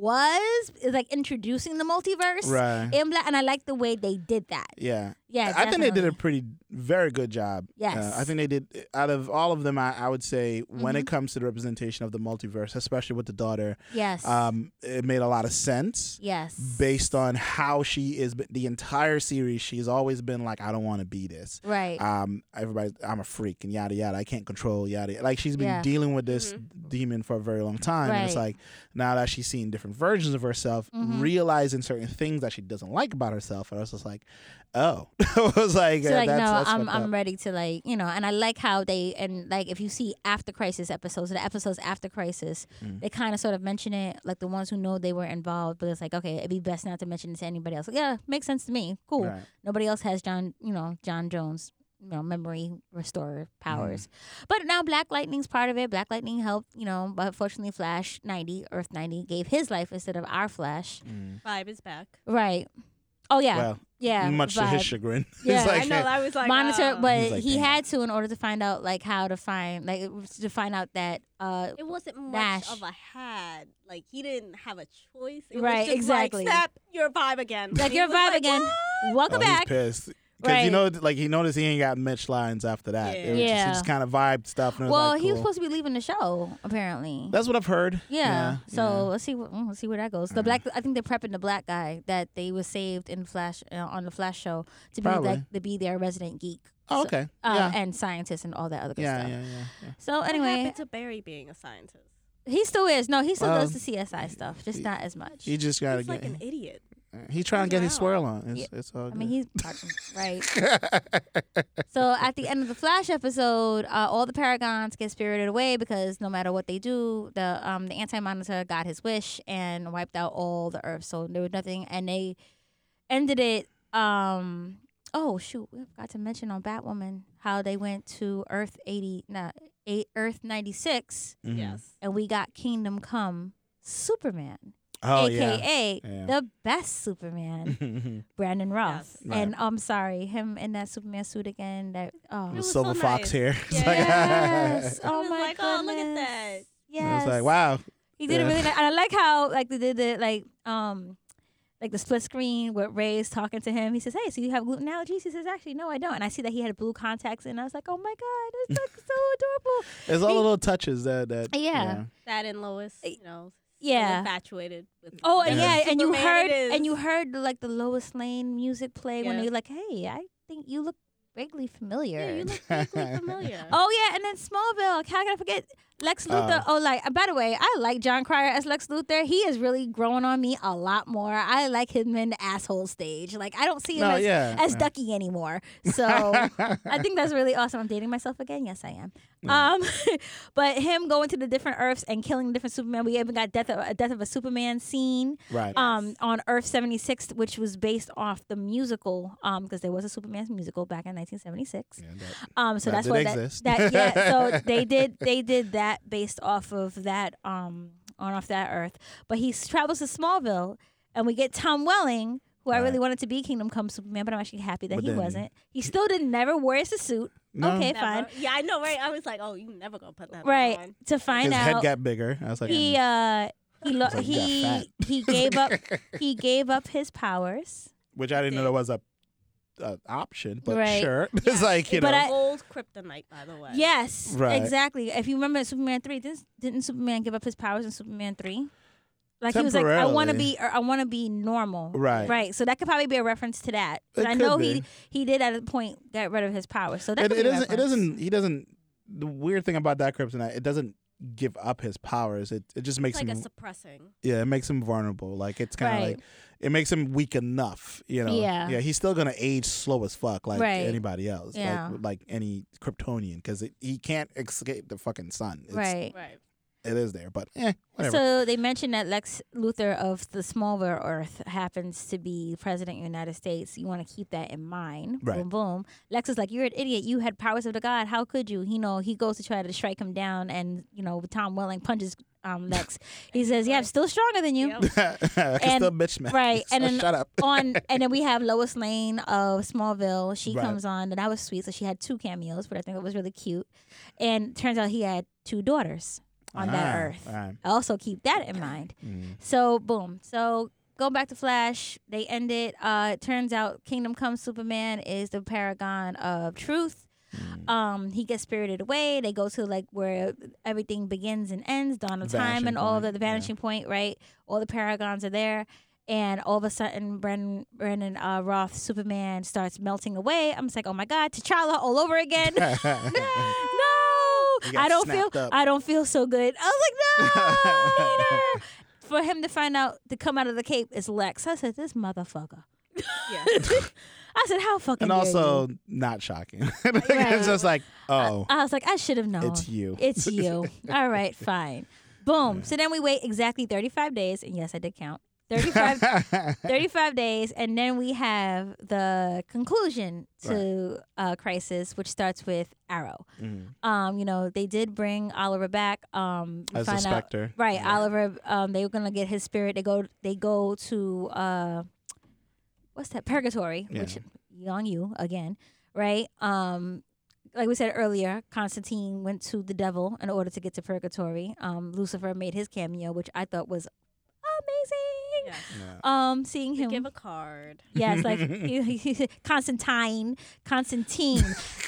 Speaker 2: was is like introducing the multiverse.
Speaker 1: Right.
Speaker 2: And, bla- and I like the way they did that.
Speaker 1: yeah.
Speaker 2: Yeah,
Speaker 1: I think they did a
Speaker 2: definitely.
Speaker 1: pretty very good job. Uh,
Speaker 2: Yes. Mm-hmm.
Speaker 1: I think they did out of all of them. I, I would say when it comes to the representation of the multiverse, especially with the daughter,
Speaker 2: Yes.
Speaker 1: um, it made a lot of sense.
Speaker 2: yes.
Speaker 1: Based on how she is, but the entire series, she's always been like, "I don't want to be this."
Speaker 2: right.
Speaker 1: Um, everybody, I'm a freak and yada yada. I can't control yada. Like she's been
Speaker 2: Yeah. Mm-hmm.
Speaker 1: dealing with this demon for a very long time, and it's
Speaker 2: Right.
Speaker 1: like now that she's seen different versions of herself,
Speaker 2: Mhm.
Speaker 1: realizing certain things that she doesn't like about herself, and I was just like, oh, [LAUGHS] I was like,
Speaker 2: so
Speaker 1: uh,
Speaker 2: like
Speaker 1: that's,
Speaker 2: no,
Speaker 1: that's
Speaker 2: I'm
Speaker 1: fucked
Speaker 2: I'm
Speaker 1: up.
Speaker 2: ready to like you know, and I like how they and like if you see after crisis episodes, the episodes after crisis,
Speaker 1: Mm.
Speaker 2: they kind of sort of mention it, like the ones who know they were involved, but it's like okay, it'd be best not to mention it to anybody else. Like, yeah, makes sense to me. Cool.
Speaker 1: Right.
Speaker 2: Nobody else has John, you know, John Jones, you know, memory restorer powers.
Speaker 1: Mm.
Speaker 2: But now Black Lightning's part of it. Black Lightning helped, you know, but fortunately Flash 90, Earth 90 gave his life instead of our Flash.
Speaker 1: Mm.
Speaker 3: Vibe is back.
Speaker 2: Right. Oh yeah.
Speaker 1: Well,
Speaker 2: yeah.
Speaker 1: much to
Speaker 2: vibe.
Speaker 1: his chagrin, [LAUGHS]
Speaker 2: Yeah,
Speaker 1: it's like,
Speaker 3: I know. I was like
Speaker 2: monitor
Speaker 3: oh.
Speaker 2: but
Speaker 1: He's like,
Speaker 2: he
Speaker 1: "Damn."
Speaker 2: had to in order to find out like how to find like it was to find out that uh
Speaker 3: it wasn't much
Speaker 2: Nash.
Speaker 3: of a had. Like he didn't have a choice. It
Speaker 2: Right,
Speaker 3: Was just
Speaker 2: exactly.
Speaker 3: Like, Snap your vibe again.
Speaker 2: like
Speaker 3: And [LAUGHS] he
Speaker 2: your
Speaker 3: was
Speaker 2: vibe again welcome
Speaker 1: oh,
Speaker 2: back
Speaker 1: He's pissed. Cause
Speaker 2: Right.
Speaker 1: you know, like he noticed he ain't got much lines after that. It was just-
Speaker 2: Yeah.
Speaker 1: he just kind of vibed stuff. And it was
Speaker 2: well
Speaker 1: like,
Speaker 2: he was
Speaker 1: cool.
Speaker 2: supposed to be leaving the show apparently
Speaker 1: That's what I've heard.
Speaker 2: yeah. so
Speaker 1: yeah.
Speaker 2: let's see what mm, let's see where that goes the black i think they're prepping the black guy that they was saved in flash uh, on the flash show to be
Speaker 1: Probably.
Speaker 2: like to be their resident geek
Speaker 1: Oh,
Speaker 2: So-
Speaker 1: okay.
Speaker 2: uh,
Speaker 1: yeah.
Speaker 2: and scientist and all that other good
Speaker 1: Yeah,
Speaker 2: stuff
Speaker 1: yeah, yeah, yeah.
Speaker 2: so
Speaker 3: What
Speaker 2: anyway
Speaker 3: happened to Barry being a scientist?
Speaker 2: he still is no he still
Speaker 1: Well,
Speaker 2: does the csi stuff just
Speaker 1: he-
Speaker 2: not as much
Speaker 1: He just gotta
Speaker 3: He's
Speaker 1: get.
Speaker 3: like an idiot.
Speaker 1: he's trying to get his
Speaker 3: Wow.
Speaker 1: swirl on. It's, it's all
Speaker 2: I
Speaker 1: good.
Speaker 2: mean, he's right.
Speaker 1: [LAUGHS]
Speaker 2: so at the end of the Flash episode, uh, all the Paragons get spirited away because no matter what they do, the um, the Anti Monitor got his wish and wiped out all the Earth. So there was nothing, and they ended it. Um, oh shoot, we forgot to mention on Batwoman how they went to Earth eighty, nah, eight, Earth ninety six,
Speaker 1: Mhm.
Speaker 3: Yes.
Speaker 2: and we got Kingdom Come Superman,
Speaker 1: Oh yeah.
Speaker 2: aka
Speaker 1: Yeah.
Speaker 2: the best Superman. Brandon Roth.
Speaker 1: Yes. Right.
Speaker 2: And I'm sorry, him in that Superman suit again. That oh
Speaker 1: With
Speaker 3: was
Speaker 1: silver
Speaker 3: so
Speaker 1: fox
Speaker 3: nice.
Speaker 1: hair. [LAUGHS] It's like- [LAUGHS]
Speaker 3: [LAUGHS]
Speaker 2: yes,
Speaker 3: I
Speaker 2: oh
Speaker 3: was
Speaker 2: my
Speaker 3: like,
Speaker 2: goodness,
Speaker 3: oh, look at that.
Speaker 2: Yes,
Speaker 1: It's like wow.
Speaker 2: he did it
Speaker 1: yeah.
Speaker 2: really. Nice. And I like how like they did the like um. Like the split screen with Ray's talking to him. He says, Hey, so you have gluten allergies? He says, Actually, no, I don't. And I see that he had blue contacts, and I was like, Oh my God, that's like so
Speaker 3: [LAUGHS]
Speaker 2: adorable.
Speaker 1: There's all the
Speaker 2: He-
Speaker 1: little touches that that.
Speaker 2: Yeah.
Speaker 3: That and Lois, you know, still
Speaker 2: Yeah.
Speaker 3: infatuated with.
Speaker 2: Oh, and
Speaker 1: Yeah.
Speaker 2: yeah, and you
Speaker 3: Superman
Speaker 2: heard
Speaker 3: it is.
Speaker 1: [LAUGHS]
Speaker 2: and you heard like the Lois Lane music play when
Speaker 3: Yeah.
Speaker 2: they were like, Hey, I think you look vaguely familiar.
Speaker 3: Yeah, you look
Speaker 1: [LAUGHS]
Speaker 3: vaguely familiar.
Speaker 2: Oh yeah, and then Smallville. How can I forget Lex Luthor? Oh, like uh, by the way, I like John Cryer as Lex Luthor. He is really growing on me a lot more. I like him in the asshole stage. Like I don't see him
Speaker 1: No,
Speaker 2: as,
Speaker 1: yeah.
Speaker 2: as
Speaker 1: yeah.
Speaker 2: [LAUGHS] Ducky
Speaker 1: [LAUGHS]
Speaker 2: anymore. So I think that's really awesome. I'm dating myself again. Yes, I am. Um, [LAUGHS] but him going to the different Earths and killing different Superman. We even got death of a death of a Superman scene
Speaker 1: right.
Speaker 2: um, on Earth 76, which was based off the musical, because there was a Superman musical back in 1976.
Speaker 1: Yeah, that-
Speaker 2: Um, so
Speaker 1: That
Speaker 2: that's
Speaker 1: did
Speaker 2: what
Speaker 1: exist.
Speaker 2: that, that
Speaker 1: [LAUGHS]
Speaker 2: yeah. So they did they did that based off of that um on off that Earth. But he s- travels to Smallville, and we get Tom Welling, who I
Speaker 1: Right.
Speaker 2: really wanted to be Kingdom Come Superman, but I'm actually happy that
Speaker 1: But
Speaker 2: he
Speaker 1: then-
Speaker 2: wasn't. He still didn't never wears the suit.
Speaker 1: no,
Speaker 2: okay,
Speaker 3: Never.
Speaker 2: fine.
Speaker 3: Yeah, I know, right? I was like, oh, you never gonna put that
Speaker 2: Right.
Speaker 3: on.
Speaker 2: To find
Speaker 1: His head
Speaker 2: out,
Speaker 1: got bigger. I was like, "Mm."
Speaker 2: he uh he lo-
Speaker 1: It's like you got
Speaker 2: he
Speaker 1: fat.
Speaker 2: he gave up he gave up his powers.
Speaker 1: [LAUGHS] which I didn't know that was a, a option, but
Speaker 2: Right.
Speaker 1: sure. [LAUGHS] [LAUGHS] it's like you
Speaker 2: But
Speaker 1: know.
Speaker 2: I-
Speaker 3: old kryptonite, by the way.
Speaker 2: Yes,
Speaker 1: Right.
Speaker 2: exactly. If you remember Superman three, didn't, didn't Superman give up his powers in Superman three? Like he was like, I want to
Speaker 1: Temporarily.
Speaker 2: be, or I want to be normal.
Speaker 1: Right.
Speaker 2: right. So that could probably be a reference to that. But
Speaker 1: It
Speaker 2: I
Speaker 1: could
Speaker 2: know
Speaker 1: be.
Speaker 2: he he did at a point get rid of his powers. So that
Speaker 1: it,
Speaker 2: could
Speaker 1: it
Speaker 2: be a
Speaker 1: isn't. It
Speaker 2: reference.
Speaker 1: doesn't. He doesn't. The weird thing about that kryptonite, it doesn't give up his powers. It it just
Speaker 3: It's
Speaker 1: makes
Speaker 3: like a
Speaker 1: him
Speaker 3: suppressing.
Speaker 2: [LAUGHS]
Speaker 1: Yeah, it makes him vulnerable. Like it's kind of
Speaker 2: Right.
Speaker 1: like it makes him weak enough. You know.
Speaker 2: Yeah.
Speaker 1: Yeah. He's still gonna age slow as fuck, like
Speaker 2: Right.
Speaker 1: anybody else.
Speaker 2: Yeah.
Speaker 1: Like like any Kryptonian, because he can't escape the fucking sun. It's,
Speaker 2: Right.
Speaker 3: Right.
Speaker 1: It is there, but eh, whatever. [LAUGHS]
Speaker 2: So they mentioned that Lex Luthor of the smaller Earth happens to be president of the United States. You want to keep that in mind.
Speaker 1: Right.
Speaker 2: Boom, boom. Lex is like, "You're an idiot. You had powers of the God. How could you?" You know, he goes to try to strike him down, and you know, Tom Welling punches
Speaker 1: [LAUGHS]
Speaker 2: um, Lex. he says, "Yeah, I'm still stronger than you."
Speaker 3: Yep.
Speaker 1: I can
Speaker 2: and-
Speaker 1: still bitch man.
Speaker 2: right,
Speaker 1: [LAUGHS] So
Speaker 2: and then-
Speaker 1: shut up.
Speaker 2: [LAUGHS] on and then we have Lois Lane of Smallville. She
Speaker 1: Right.
Speaker 2: comes on, and that was sweet. So she had two cameos, but I think it was really cute. And turns out he had two daughters. on that
Speaker 1: Ah,
Speaker 2: Earth. [LAUGHS]
Speaker 1: alright.
Speaker 2: I also keep that in mind.
Speaker 1: Mm. [LAUGHS]
Speaker 2: So boom. So go back to Flash. They end it. Uh, it turns out Kingdom Come Superman is the paragon of truth.
Speaker 1: Mm.
Speaker 2: Um, he gets spirited away. They go to like where everything begins and ends, dawn of time,
Speaker 1: Vanishing
Speaker 2: and all
Speaker 1: point,
Speaker 2: the, the
Speaker 1: yeah.
Speaker 2: vanishing point. Right, all the paragons are there, and all of a sudden, Brendan Brendan uh, Roth Superman starts melting away. I'm just like, oh my god, T'Challa all over again.
Speaker 1: [LAUGHS]
Speaker 2: no, [LAUGHS]
Speaker 1: He
Speaker 2: I
Speaker 1: got
Speaker 2: don't feel.
Speaker 1: snapped up.
Speaker 2: I don't feel so good. I
Speaker 1: [LAUGHS]
Speaker 2: was like, no, Peter for him to find out to come out of the cape is Lex. I said, this motherfucker.
Speaker 3: Yeah.
Speaker 2: I said, how fucking.
Speaker 1: and
Speaker 2: dare
Speaker 1: also
Speaker 2: you?"
Speaker 1: not shocking. [LAUGHS] it's just like, oh,
Speaker 2: I was like, I should have known.
Speaker 1: it's you.
Speaker 2: It's you.
Speaker 1: [LAUGHS]
Speaker 2: All right, fine. Boom. So then we wait exactly 35 days, and yes, I
Speaker 1: [LAUGHS]
Speaker 2: did count. 35, 35 days, and then we have the conclusion to uh, Crisis, which starts with Arrow.
Speaker 1: Mm.
Speaker 2: Um, you know, they did bring Oliver back. Um, we
Speaker 1: As a
Speaker 2: find out-
Speaker 1: specter,
Speaker 2: Right,
Speaker 1: Yeah.
Speaker 2: Oliver. Um, they were gonna get his spirit. They go. They go to uh, what's that? Purgatory.
Speaker 1: Yeah.
Speaker 2: Which young you again, right? Um, like we said earlier, Constantine went to the devil in order to get to purgatory. Um, Lucifer made his cameo, which I thought was amazing. [LAUGHS]
Speaker 3: yeah.
Speaker 1: Yeah.
Speaker 2: Um, seeing
Speaker 3: They
Speaker 2: him.
Speaker 3: give a card.
Speaker 1: [LAUGHS]
Speaker 2: Yes, like Constantine, Constantine.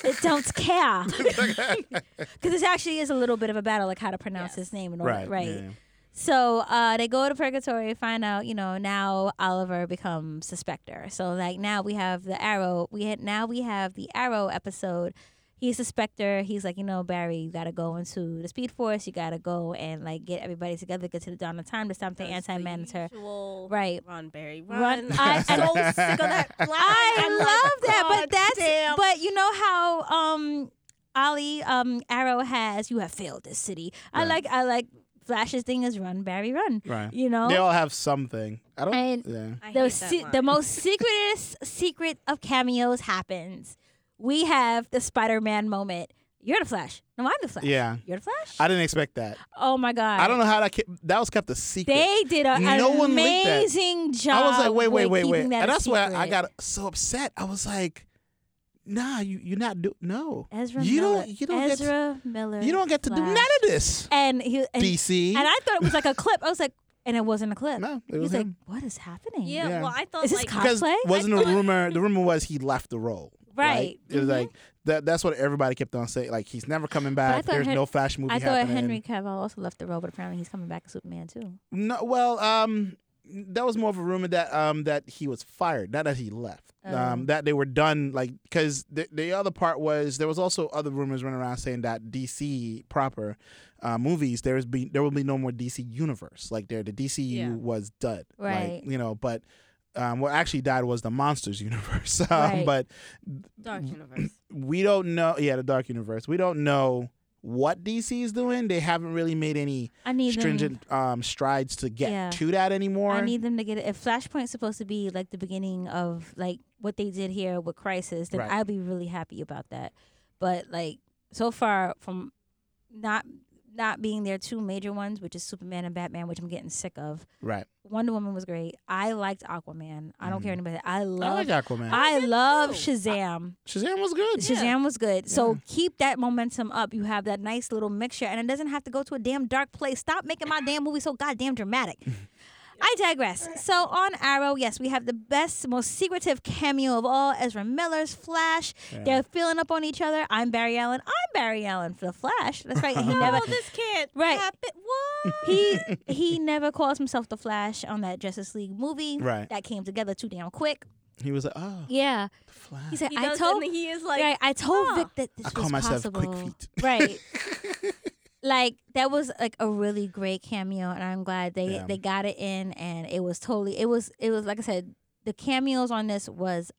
Speaker 2: it
Speaker 1: [LAUGHS]
Speaker 2: don't care [LAUGHS] because this actually is a little bit of a battle, like how to pronounce
Speaker 3: Yes.
Speaker 2: his name and all
Speaker 1: right,
Speaker 2: that, right?
Speaker 1: yeah.
Speaker 2: So uh, they go to purgatory, find out, you know, now Oliver becomes the Spectre. So like now we have the Arrow. We had now we have the Arrow episode. He's the Spectre. He's like, you know, Barry, you gotta go into the Speed Force. You gotta go and like get everybody together, get to the dawn of time to stop the
Speaker 3: Does
Speaker 2: anti manager.
Speaker 3: usual [LAUGHS]
Speaker 2: Right.
Speaker 3: Ron Barry. Ron.
Speaker 2: Run- I-
Speaker 3: I'm so sick of that.
Speaker 2: [LAUGHS]
Speaker 3: line.
Speaker 2: I
Speaker 3: I'm like,
Speaker 2: love that, but
Speaker 3: Oh God
Speaker 2: that's
Speaker 3: damn.
Speaker 2: but you know how um Ali um Arrow has you have failed this city. I
Speaker 1: Right.
Speaker 2: like I like Flash's thing is run Barry run.
Speaker 1: Right.
Speaker 2: You know,
Speaker 1: They all have something. I don't.
Speaker 2: And-
Speaker 1: yeah.
Speaker 3: I
Speaker 2: the
Speaker 3: hate
Speaker 2: se-
Speaker 3: that
Speaker 2: the
Speaker 3: line.
Speaker 2: most secretest secret of cameos happens. We have the Spider-Man moment. You're the Flash. No, I'm the Flash.
Speaker 1: Yeah.
Speaker 2: You're the Flash.
Speaker 1: I didn't expect that.
Speaker 2: oh my god.
Speaker 1: I don't know how that kept, that was kept a secret.
Speaker 2: They did a- an
Speaker 1: No one linked that.
Speaker 2: amazing job.
Speaker 1: I was like, wait, wait,
Speaker 2: with
Speaker 1: wait, wait,
Speaker 2: keeping That
Speaker 1: and
Speaker 2: a
Speaker 1: that's why I
Speaker 2: secret.
Speaker 1: got so upset. I was like, Nah, you you're not do no.
Speaker 2: Ezra
Speaker 1: you
Speaker 2: Miller.
Speaker 1: don't- you don't get to-
Speaker 2: Ezra Miller.
Speaker 1: You don't get to do
Speaker 2: Flash.
Speaker 1: none of this.
Speaker 2: And he and,
Speaker 1: DC.
Speaker 2: and I thought it was like a clip. I was like, and it wasn't a clip.
Speaker 1: no, it
Speaker 2: He's
Speaker 1: was
Speaker 2: like,
Speaker 1: him.
Speaker 2: what is happening?
Speaker 3: Yeah,
Speaker 1: Yeah.
Speaker 3: well, I thought
Speaker 2: Is this
Speaker 3: like
Speaker 2: cop-
Speaker 1: Because
Speaker 2: cosplay?
Speaker 1: wasn't
Speaker 3: I
Speaker 1: the
Speaker 3: thought-
Speaker 1: rumor? The rumor was he left the role.
Speaker 2: Right.
Speaker 1: It was
Speaker 2: Mhm.
Speaker 1: like that. That's what everybody kept on saying. Like he's never coming back.
Speaker 2: thought
Speaker 1: There's
Speaker 2: Hen-
Speaker 1: no Flash movie
Speaker 2: I thought
Speaker 1: happening.
Speaker 2: Henry Cavill also left the role, but apparently he's coming back as Superman too.
Speaker 1: No, well, um, that was more of a rumor that um that he was fired, not that he left.
Speaker 2: Oh.
Speaker 1: Um, that they were done, like, because the the other part was there was also other rumors running around saying that DC proper uh, movies there is be there will be no more DC universe. Like there, the DCU
Speaker 3: Yeah.
Speaker 1: was dud,
Speaker 2: Right.
Speaker 1: Like, you know, but. Um, what actually died was the monsters [LAUGHS] universe, um,
Speaker 2: Right.
Speaker 1: but
Speaker 3: Dark Universe.
Speaker 1: we don't know. Yeah, the dark universe. We don't know what DC is doing. They haven't really made any
Speaker 2: I need them-
Speaker 1: stringent um, strides to get
Speaker 2: Yeah.
Speaker 1: to that anymore.
Speaker 2: I need them to get it. If Flashpoint's supposed to be like the beginning of like what they did here with Crisis, then
Speaker 1: Right.
Speaker 2: I'd be really happy about that. But like so far from not not being their two major ones, which is Superman and Batman, which I'm getting sick of.
Speaker 1: right.
Speaker 2: Wonder Woman was great. I liked Aquaman. I don't care anybody. I
Speaker 1: I like
Speaker 2: love
Speaker 1: Aquaman.
Speaker 2: I
Speaker 3: I did
Speaker 2: love
Speaker 3: too.
Speaker 2: Shazam.
Speaker 1: Shazam was good.
Speaker 2: Shazam was good. So keep that momentum up. You have that nice little mixture, and it doesn't have to go to a damn dark place. Stop making my damn movie so goddamn
Speaker 1: [LAUGHS]
Speaker 2: dramatic. I digress. So on Arrow, yes, we have the best, most secretive cameo of all Ezra Miller's Flash. They're feeling up on each other. I'm Barry Allen. I'm Barry Allen for the Flash. That's right.
Speaker 1: [LAUGHS]
Speaker 2: He never
Speaker 3: oh, this can't
Speaker 2: Right.
Speaker 3: happen. What?
Speaker 2: he he never calls himself the Flash on that Justice League movie.
Speaker 1: Right.
Speaker 2: That came together too damn quick.
Speaker 1: He was like, oh,
Speaker 2: Yeah.
Speaker 1: the Flash.
Speaker 2: He said,
Speaker 3: He
Speaker 2: I
Speaker 3: does,
Speaker 2: told
Speaker 3: and he is like,
Speaker 2: right, I told
Speaker 3: huh.
Speaker 2: Vic that this
Speaker 1: I
Speaker 2: was
Speaker 1: call myself
Speaker 2: possible.
Speaker 1: Quick Feet.
Speaker 2: Right. like that was like a really great cameo and I'm glad they
Speaker 1: Yeah.
Speaker 2: they got it in and it was totally it was it was like I said the cameos on this was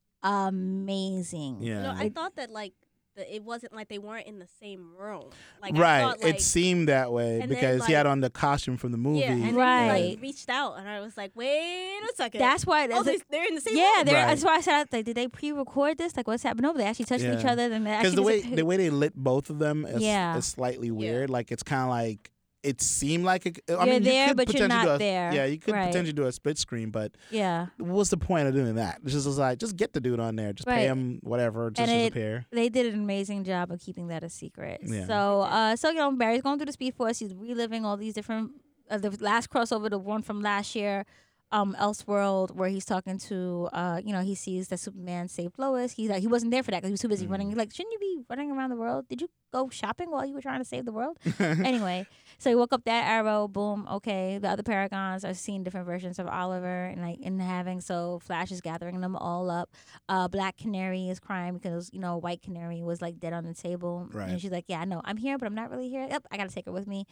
Speaker 2: amazing.
Speaker 1: Yeah.
Speaker 3: No, I thought that like the, it wasn't like they weren't in the same room. Like I
Speaker 1: right.
Speaker 3: thought, like,
Speaker 1: it seemed that way
Speaker 3: and then,
Speaker 1: because he had
Speaker 3: like-
Speaker 1: on the costume from the movie.
Speaker 3: yeah, and then He,
Speaker 2: Right.
Speaker 3: like, reached out, and I was like, wait a second.
Speaker 2: That's why
Speaker 3: oh,
Speaker 2: that's
Speaker 3: they, they're in the same
Speaker 2: yeah,
Speaker 3: room.
Speaker 2: they're-
Speaker 1: Right.
Speaker 2: that's why I said I was like, did they pre-record this? Like, what's happening? No, they actually touched each
Speaker 1: Yeah.
Speaker 2: other. Then they
Speaker 1: because
Speaker 2: actually
Speaker 1: the way
Speaker 2: was a-
Speaker 1: the way they lit both of them is,
Speaker 2: Yeah.
Speaker 1: is slightly
Speaker 3: Yeah.
Speaker 1: weird. Like it's kind of like it seemed like it, I
Speaker 2: You're
Speaker 1: mean, you
Speaker 2: there,
Speaker 1: could
Speaker 2: but you're
Speaker 1: potentially
Speaker 2: not
Speaker 1: do a,
Speaker 2: there.
Speaker 1: Yeah, you could
Speaker 2: Right.
Speaker 1: potentially do a split screen, but
Speaker 2: yeah.
Speaker 1: what's the point of doing that? It's just it's like just get the dude on there, just pay
Speaker 2: Right.
Speaker 1: him whatever, just
Speaker 2: it-
Speaker 1: disappear. [LAUGHS]
Speaker 2: they did an amazing job of keeping that a secret.
Speaker 1: Yeah.
Speaker 2: So, uh, so you know, Barry's going through the Speed Force. He's reliving all these different. Uh, the last crossover, the one from last year, um, Elseworld, where he's talking to, uh, you know, he sees that Superman saved Lois. He's like, he wasn't there for that because he was too busy running. He's like, shouldn't you be running around the world? Did you go shopping while you were trying to save the world? anyway, so he woke up that arrow. Boom. Okay, the other Paragons are seeing different versions of Oliver and like and having so Flash is gathering them all up uh, Black Canary is crying because you know White Canary was like dead on the table,
Speaker 1: Right.
Speaker 2: and she's like, "Yeah, I know, I'm here, but I'm not really here. Yep, I gotta take her with me."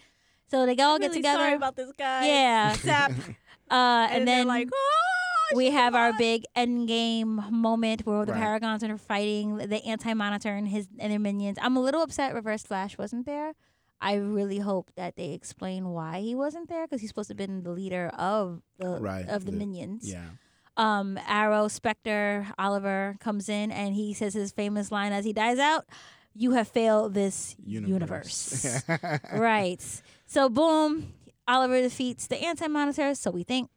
Speaker 2: So they all
Speaker 3: I'm
Speaker 2: get
Speaker 3: really
Speaker 2: together,
Speaker 3: Sorry about this guy.
Speaker 1: [LAUGHS]
Speaker 2: Yeah.
Speaker 3: [LAUGHS] Zap. and,
Speaker 2: uh, and,
Speaker 3: they're
Speaker 2: then
Speaker 3: like, oh,
Speaker 2: we
Speaker 3: she's
Speaker 2: have our
Speaker 3: alive."
Speaker 2: big end game moment where the
Speaker 1: Right.
Speaker 2: Paragons are fighting the Anti Monitor and his and their minions. I'm a little upset Reverse Flash wasn't there. I really hope that they explain why he wasn't there because he's supposed to have been the leader of the
Speaker 1: Right,
Speaker 2: of the,
Speaker 1: the-
Speaker 2: minions.
Speaker 1: Yeah.
Speaker 2: um, Arrow, Spectre, Oliver comes in and he says his famous line as he dies out, "You have failed this
Speaker 1: [LAUGHS]
Speaker 2: universe." [LAUGHS] right. So boom, Oliver defeats the Anti-Monitor. So we think,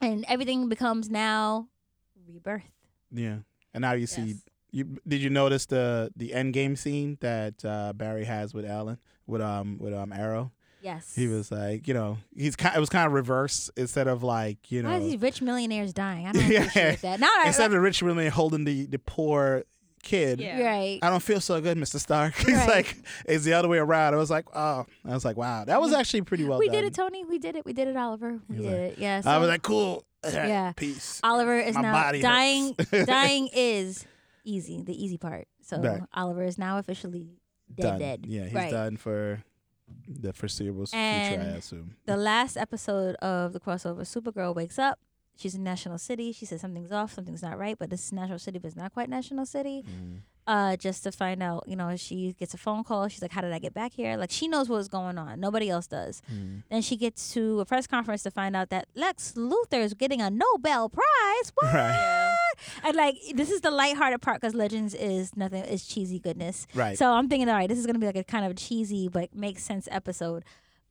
Speaker 2: and everything becomes now rebirth.
Speaker 1: yeah. And now you see
Speaker 3: Yes.
Speaker 1: you did you notice the the end game scene that uh, Barry has with Alan with um with um Arrow?
Speaker 2: Yes.
Speaker 1: He was like, you know, he's kind it was kind of reverse instead of like, you know,
Speaker 2: Why are these rich millionaires
Speaker 1: [LAUGHS]
Speaker 2: dying? I don't
Speaker 1: Yeah.
Speaker 2: appreciate that. Not
Speaker 1: instead of the rich woman holding the the poor kid.
Speaker 3: Yeah.
Speaker 2: right.
Speaker 1: I don't feel so good, Mr. Stark. [LAUGHS] It's
Speaker 2: Right.
Speaker 1: like it's the other way around. I was like, oh, I was like, wow, that was actually pretty well
Speaker 2: we
Speaker 1: done.
Speaker 2: did it, Tony. We did it. We did it, Oliver. We
Speaker 1: You're
Speaker 2: did
Speaker 1: right.
Speaker 2: it. Yes.
Speaker 1: I was like, cool. [LAUGHS]
Speaker 2: Yeah.
Speaker 1: Peace.
Speaker 2: Oliver is
Speaker 1: My
Speaker 2: now
Speaker 1: body [LAUGHS]
Speaker 2: dying.
Speaker 1: hurts.
Speaker 2: dying is easy, the easy part. So
Speaker 1: Right.
Speaker 2: Oliver is now officially dead.
Speaker 1: done.
Speaker 2: Dead.
Speaker 1: Yeah, he's
Speaker 2: right.
Speaker 1: done for the foreseeable future, I
Speaker 2: And-
Speaker 1: assume.
Speaker 2: The last episode of the crossover, Supergirl wakes up. She's in National City. She says something's off, something's not right, but this is National City, but it's not quite National City.
Speaker 1: Mm.
Speaker 2: Uh, just to find out, you know, she gets a phone call. She's like, "How did I get back here?" Like she knows what's going on. Nobody else does.
Speaker 1: Mm.
Speaker 2: Then she gets to a press conference to find out that Lex Luthor is getting a
Speaker 1: [LAUGHS]
Speaker 2: Nobel Prize. What?
Speaker 1: [LAUGHS] Right.
Speaker 2: And like this is the lighthearted part because Legends is nothing is cheesy goodness.
Speaker 1: Right.
Speaker 2: So I'm thinking, all right, this is gonna be like a kind of cheesy but makes sense episode.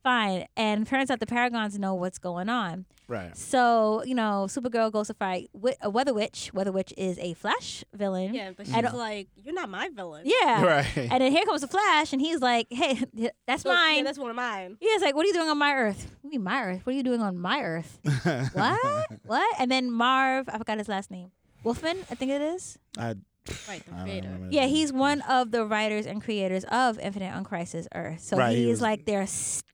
Speaker 2: Fine. And turns out the Paragons know what's going on.
Speaker 1: right.
Speaker 2: So you know, Supergirl goes to fight wi- a Weather Witch. Weather Witch is a Flash villain.
Speaker 3: Yeah, but
Speaker 1: I
Speaker 3: she's
Speaker 1: don't-
Speaker 3: like, you're not my villain.
Speaker 2: Yeah.
Speaker 1: Right. [LAUGHS]
Speaker 2: And then here comes the Flash, and he's like, "Hey, [LAUGHS] that's
Speaker 3: So, yeah,
Speaker 2: mine."
Speaker 3: that's one of
Speaker 2: [LAUGHS]
Speaker 3: mine.
Speaker 2: Yeah, it's like, what are you doing on my Earth? What do you mean my Earth? What are you doing on
Speaker 1: [LAUGHS]
Speaker 2: my Earth? What? what? And then Marv, I forgot his last name. Wolfman, I think it is.
Speaker 1: I,
Speaker 3: Right, the
Speaker 1: I don't
Speaker 3: Vader.
Speaker 1: remember
Speaker 2: Yeah,
Speaker 1: that.
Speaker 2: he's one of the writers and creators of Infinite on Crisis Earth. So
Speaker 1: Right, he
Speaker 2: he is
Speaker 1: was-
Speaker 2: like their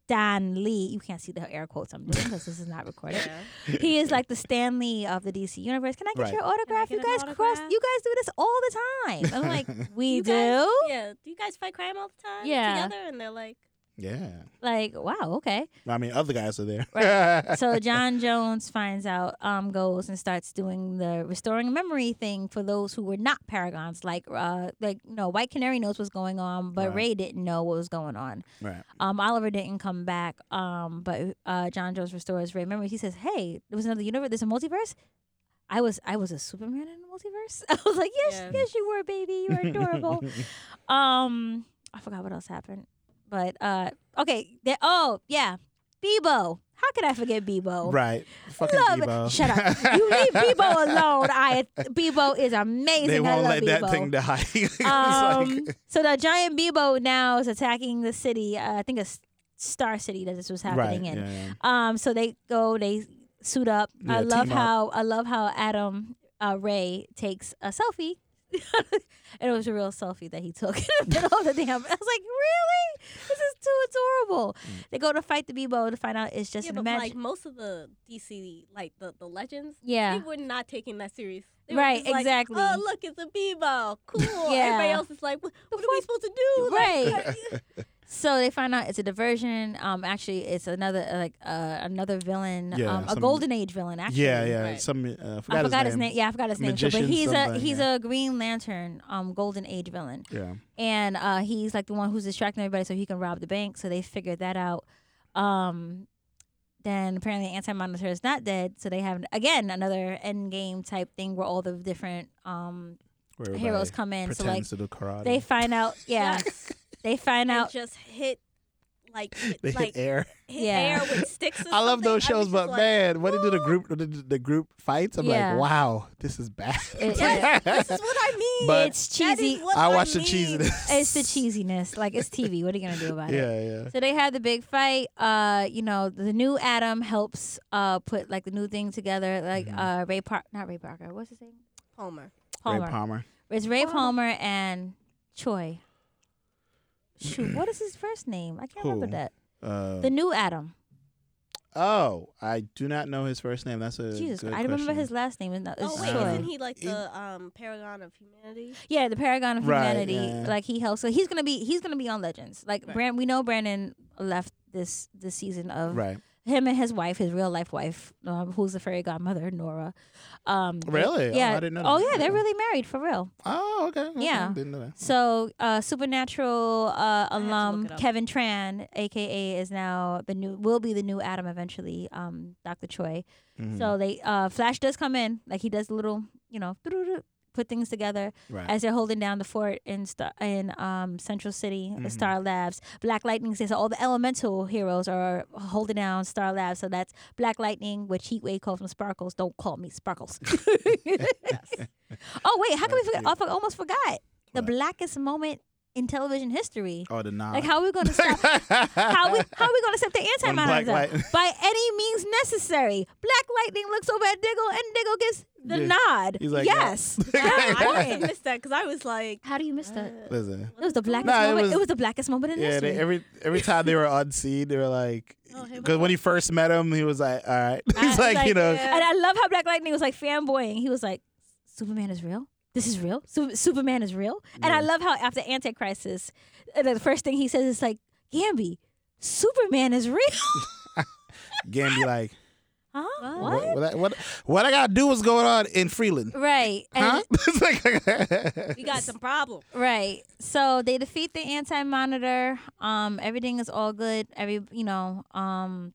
Speaker 2: Stan Lee. You can't see the air quotes I'm doing because this is not recorded.
Speaker 3: Yeah.
Speaker 2: He is like the Stan Lee of the DC universe. Can I get
Speaker 1: Right.
Speaker 2: your autograph?
Speaker 3: get
Speaker 2: you
Speaker 3: an
Speaker 2: guys cross.
Speaker 3: autograph?
Speaker 2: You guys do this all the time.
Speaker 1: [LAUGHS]
Speaker 2: I'm like, we
Speaker 3: You
Speaker 2: do.
Speaker 3: guys- Yeah. Do you guys fight crime all the time?
Speaker 2: Yeah.
Speaker 3: Together, and they're like,
Speaker 1: Yeah.
Speaker 2: Like, wow, okay.
Speaker 1: I mean, other guys are there. [LAUGHS]
Speaker 2: so John Jones finds out, um, goes and starts doing the restoring memory thing for those who were not paragons. Like, uh, like you know, White Canary knows what's going on, but
Speaker 1: Right.
Speaker 2: Ray didn't know what was going on.
Speaker 1: right.
Speaker 2: Um, Oliver didn't come back. Um, but uh, John Jones restores Ray memory. He says, "Hey, there was another universe. There's a multiverse." I was I was a Superman in the multiverse. [LAUGHS] I was like, yes,
Speaker 3: Yeah.
Speaker 2: yes, you were, baby. You were adorable. um, I forgot what else happened, but uh, okay. There, oh yeah, Bebo. How could I forget
Speaker 1: [LAUGHS]
Speaker 2: Bebo?
Speaker 1: Right. Fucking
Speaker 2: love-
Speaker 1: Bebo.
Speaker 2: Shut up.
Speaker 1: [LAUGHS]
Speaker 2: You leave Bebo alone. I Bebo is amazing.
Speaker 1: They
Speaker 2: I
Speaker 1: won't
Speaker 2: love
Speaker 1: let
Speaker 2: Bebo.
Speaker 1: that thing die. [LAUGHS] It's
Speaker 2: Um,
Speaker 1: like-
Speaker 2: so the giant Bebo now is attacking the city. Uh, I think it's Star City that this was
Speaker 1: right.
Speaker 2: happening in.
Speaker 1: yeah, yeah.
Speaker 2: Um, so they go, they suit up.
Speaker 1: Yeah,
Speaker 2: I love
Speaker 1: team up.
Speaker 2: how I love how Adam uh, Ray takes a selfie. [LAUGHS] and it was a real selfie that he took [LAUGHS] in the middle of the damn. I was like, really? This is too adorable.
Speaker 1: Mm.
Speaker 2: They go to fight the Bebo to find out it's just
Speaker 3: yeah,
Speaker 2: an
Speaker 3: but
Speaker 2: imagine.
Speaker 3: like most of the DC, like the the legends,
Speaker 2: yeah.
Speaker 3: they were not taking that serious. They were
Speaker 2: Right,
Speaker 3: just like,
Speaker 2: exactly.
Speaker 3: oh, look, it's a Bebo.
Speaker 2: [LAUGHS]
Speaker 3: Cool.
Speaker 2: Yeah.
Speaker 3: Everybody else is like, what, what are we supposed to do? Like,
Speaker 2: [LAUGHS] So they find out it's a diversion. Um, actually, it's another uh, like uh, another villain,
Speaker 1: Yeah,
Speaker 2: um, a
Speaker 1: some-
Speaker 2: golden age villain. Actually,
Speaker 1: yeah, yeah.
Speaker 3: Right.
Speaker 1: Some uh, I forgot,
Speaker 2: I forgot his name. Yeah, I forgot his name. too, but
Speaker 1: Magician
Speaker 2: he's a
Speaker 1: something,
Speaker 2: he's
Speaker 1: yeah.
Speaker 2: a Green Lantern, um, golden age villain,
Speaker 1: Yeah.
Speaker 2: and uh, he's like the one who's distracting everybody so he can rob the bank. So they figured that out. Um, then apparently Anti Monitor is not dead, so they have again another end game type thing where all the different um
Speaker 1: Where everybody
Speaker 2: heroes come in. So like
Speaker 1: pretends to do karate.
Speaker 3: [LAUGHS]
Speaker 2: they find out, yeah,
Speaker 3: yes.
Speaker 2: they find
Speaker 3: And
Speaker 2: out
Speaker 3: just hit like
Speaker 1: [LAUGHS] They
Speaker 3: like
Speaker 1: hit air.
Speaker 3: hit
Speaker 2: Yeah.
Speaker 3: air with sticks. Or
Speaker 1: I love
Speaker 3: something.
Speaker 1: those
Speaker 3: I was
Speaker 1: shows,
Speaker 3: just
Speaker 1: but
Speaker 3: like,
Speaker 1: man, when they do the group the, the group fights, I'm
Speaker 2: Yeah.
Speaker 1: like, wow, this is bad. [LAUGHS]
Speaker 2: It-
Speaker 3: Yes, this is what I mean.
Speaker 1: But-
Speaker 2: it's
Speaker 3: That is
Speaker 2: cheesy.
Speaker 3: what
Speaker 1: I watched the
Speaker 3: mean.
Speaker 1: cheesiness.
Speaker 2: It's the cheesiness. Like it's TV. What are you gonna do about it?
Speaker 1: [LAUGHS] Yeah, yeah.
Speaker 2: So they had the big fight. Uh, you know, the new Adam helps uh put like the new thing together. Like uh Ray Park, not Ray Parker. What's his name?
Speaker 3: Homer.
Speaker 2: Palmer.
Speaker 1: Mm-hmm. Ray Palmer.
Speaker 2: It's Ray
Speaker 3: Palmer.
Speaker 2: Palmer and Choi. Shoot, what is his first name? I can't
Speaker 1: Who?
Speaker 2: remember that.
Speaker 1: Uh,
Speaker 2: The new Adam.
Speaker 1: oh, I do not know his first name. That's a
Speaker 2: Jesus,
Speaker 1: good
Speaker 2: I remember
Speaker 1: question.
Speaker 2: his last name. and that- It's
Speaker 3: Oh wait,
Speaker 1: Sure.
Speaker 2: Choi.
Speaker 3: isn't he like
Speaker 1: It-
Speaker 3: the um, paragon of
Speaker 1: [LAUGHS]
Speaker 3: humanity?
Speaker 2: Yeah, the Paragon of
Speaker 1: Right,
Speaker 2: Humanity.
Speaker 1: yeah.
Speaker 2: Like he helps. So he's gonna be he's gonna be on Legends. Like
Speaker 3: Right.
Speaker 2: Brand, we know Brandon left this this season of
Speaker 1: Right.
Speaker 2: him and his wife, his real life wife, um, who's the fairy godmother, Nora. Um, they-
Speaker 1: Really? Oh,
Speaker 2: Yeah.
Speaker 1: I didn't know
Speaker 2: Oh
Speaker 1: that.
Speaker 2: yeah, they're
Speaker 1: Okay.
Speaker 2: really married for real.
Speaker 1: Oh, okay. okay.
Speaker 2: Yeah.
Speaker 1: Didn't know that.
Speaker 2: So uh, Supernatural uh,
Speaker 3: to look
Speaker 2: alum
Speaker 3: it up.
Speaker 2: Kevin Tran, aka, is now the new will be the new Adam eventually. Um, Dr. Choi.
Speaker 1: Mhm.
Speaker 2: So they uh, Flash does come in, like he does the little, you know, put things together.
Speaker 1: right.
Speaker 2: as they're holding down the fort in Star- in um, Central City,
Speaker 1: Mhm.
Speaker 2: the Star Labs. Black Lightning says all the elemental heroes are holding down Star Labs. So that's Black Lightning, which Heatwave calls them Sparkles. Don't call me Sparkles. [LAUGHS] Oh wait, how can we
Speaker 1: That's
Speaker 2: forget? I
Speaker 1: cute.
Speaker 2: for- almost forgot the
Speaker 1: What?
Speaker 2: blackest moment in television history.
Speaker 1: oh, the knob.
Speaker 2: Like how are we going to
Speaker 1: [LAUGHS]
Speaker 2: stop? How we how we gonna stop the anti
Speaker 1: When Black
Speaker 2: Monarch
Speaker 1: Light- [LAUGHS]
Speaker 2: by any means necessary? Black Lightning looks over at Diggle, and Diggle gets the
Speaker 1: Yeah.
Speaker 2: nod.
Speaker 1: He's like,
Speaker 2: yes.
Speaker 3: Yeah,
Speaker 1: [LAUGHS]
Speaker 3: I must
Speaker 2: Right.
Speaker 3: have missed that because I was like,
Speaker 2: How do you miss that?
Speaker 3: uh,
Speaker 1: Listen.
Speaker 2: It was the blackest
Speaker 1: Nah, it
Speaker 2: moment. It was,
Speaker 1: was-
Speaker 2: the blackest moment in
Speaker 1: Yeah,
Speaker 2: history.
Speaker 1: they, every every time they were on scene, they were like,
Speaker 3: Oh, here we
Speaker 1: because when he first met him, he was like, all right, [LAUGHS]
Speaker 2: I-
Speaker 1: he's like, you know,
Speaker 3: yeah.
Speaker 2: and I love how Black Lightning was like fanboying. He was like, "Superman is real. This is real. Su- Superman is real." And I
Speaker 1: Yeah.
Speaker 2: love how after Anticrisis, uh, the first thing he says is like, "Gambi, Superman is real."
Speaker 1: Gambi like,
Speaker 2: huh?
Speaker 3: What?
Speaker 2: What?
Speaker 1: what what I, what what I gotta do? What's going on in Freeland?
Speaker 2: Right.
Speaker 1: Huh? [LAUGHS]
Speaker 2: And,
Speaker 1: It's like-
Speaker 3: we got some problem.
Speaker 2: Right. So they defeat the Anti-Monitor. Um, everything is all good. Every you know. Um,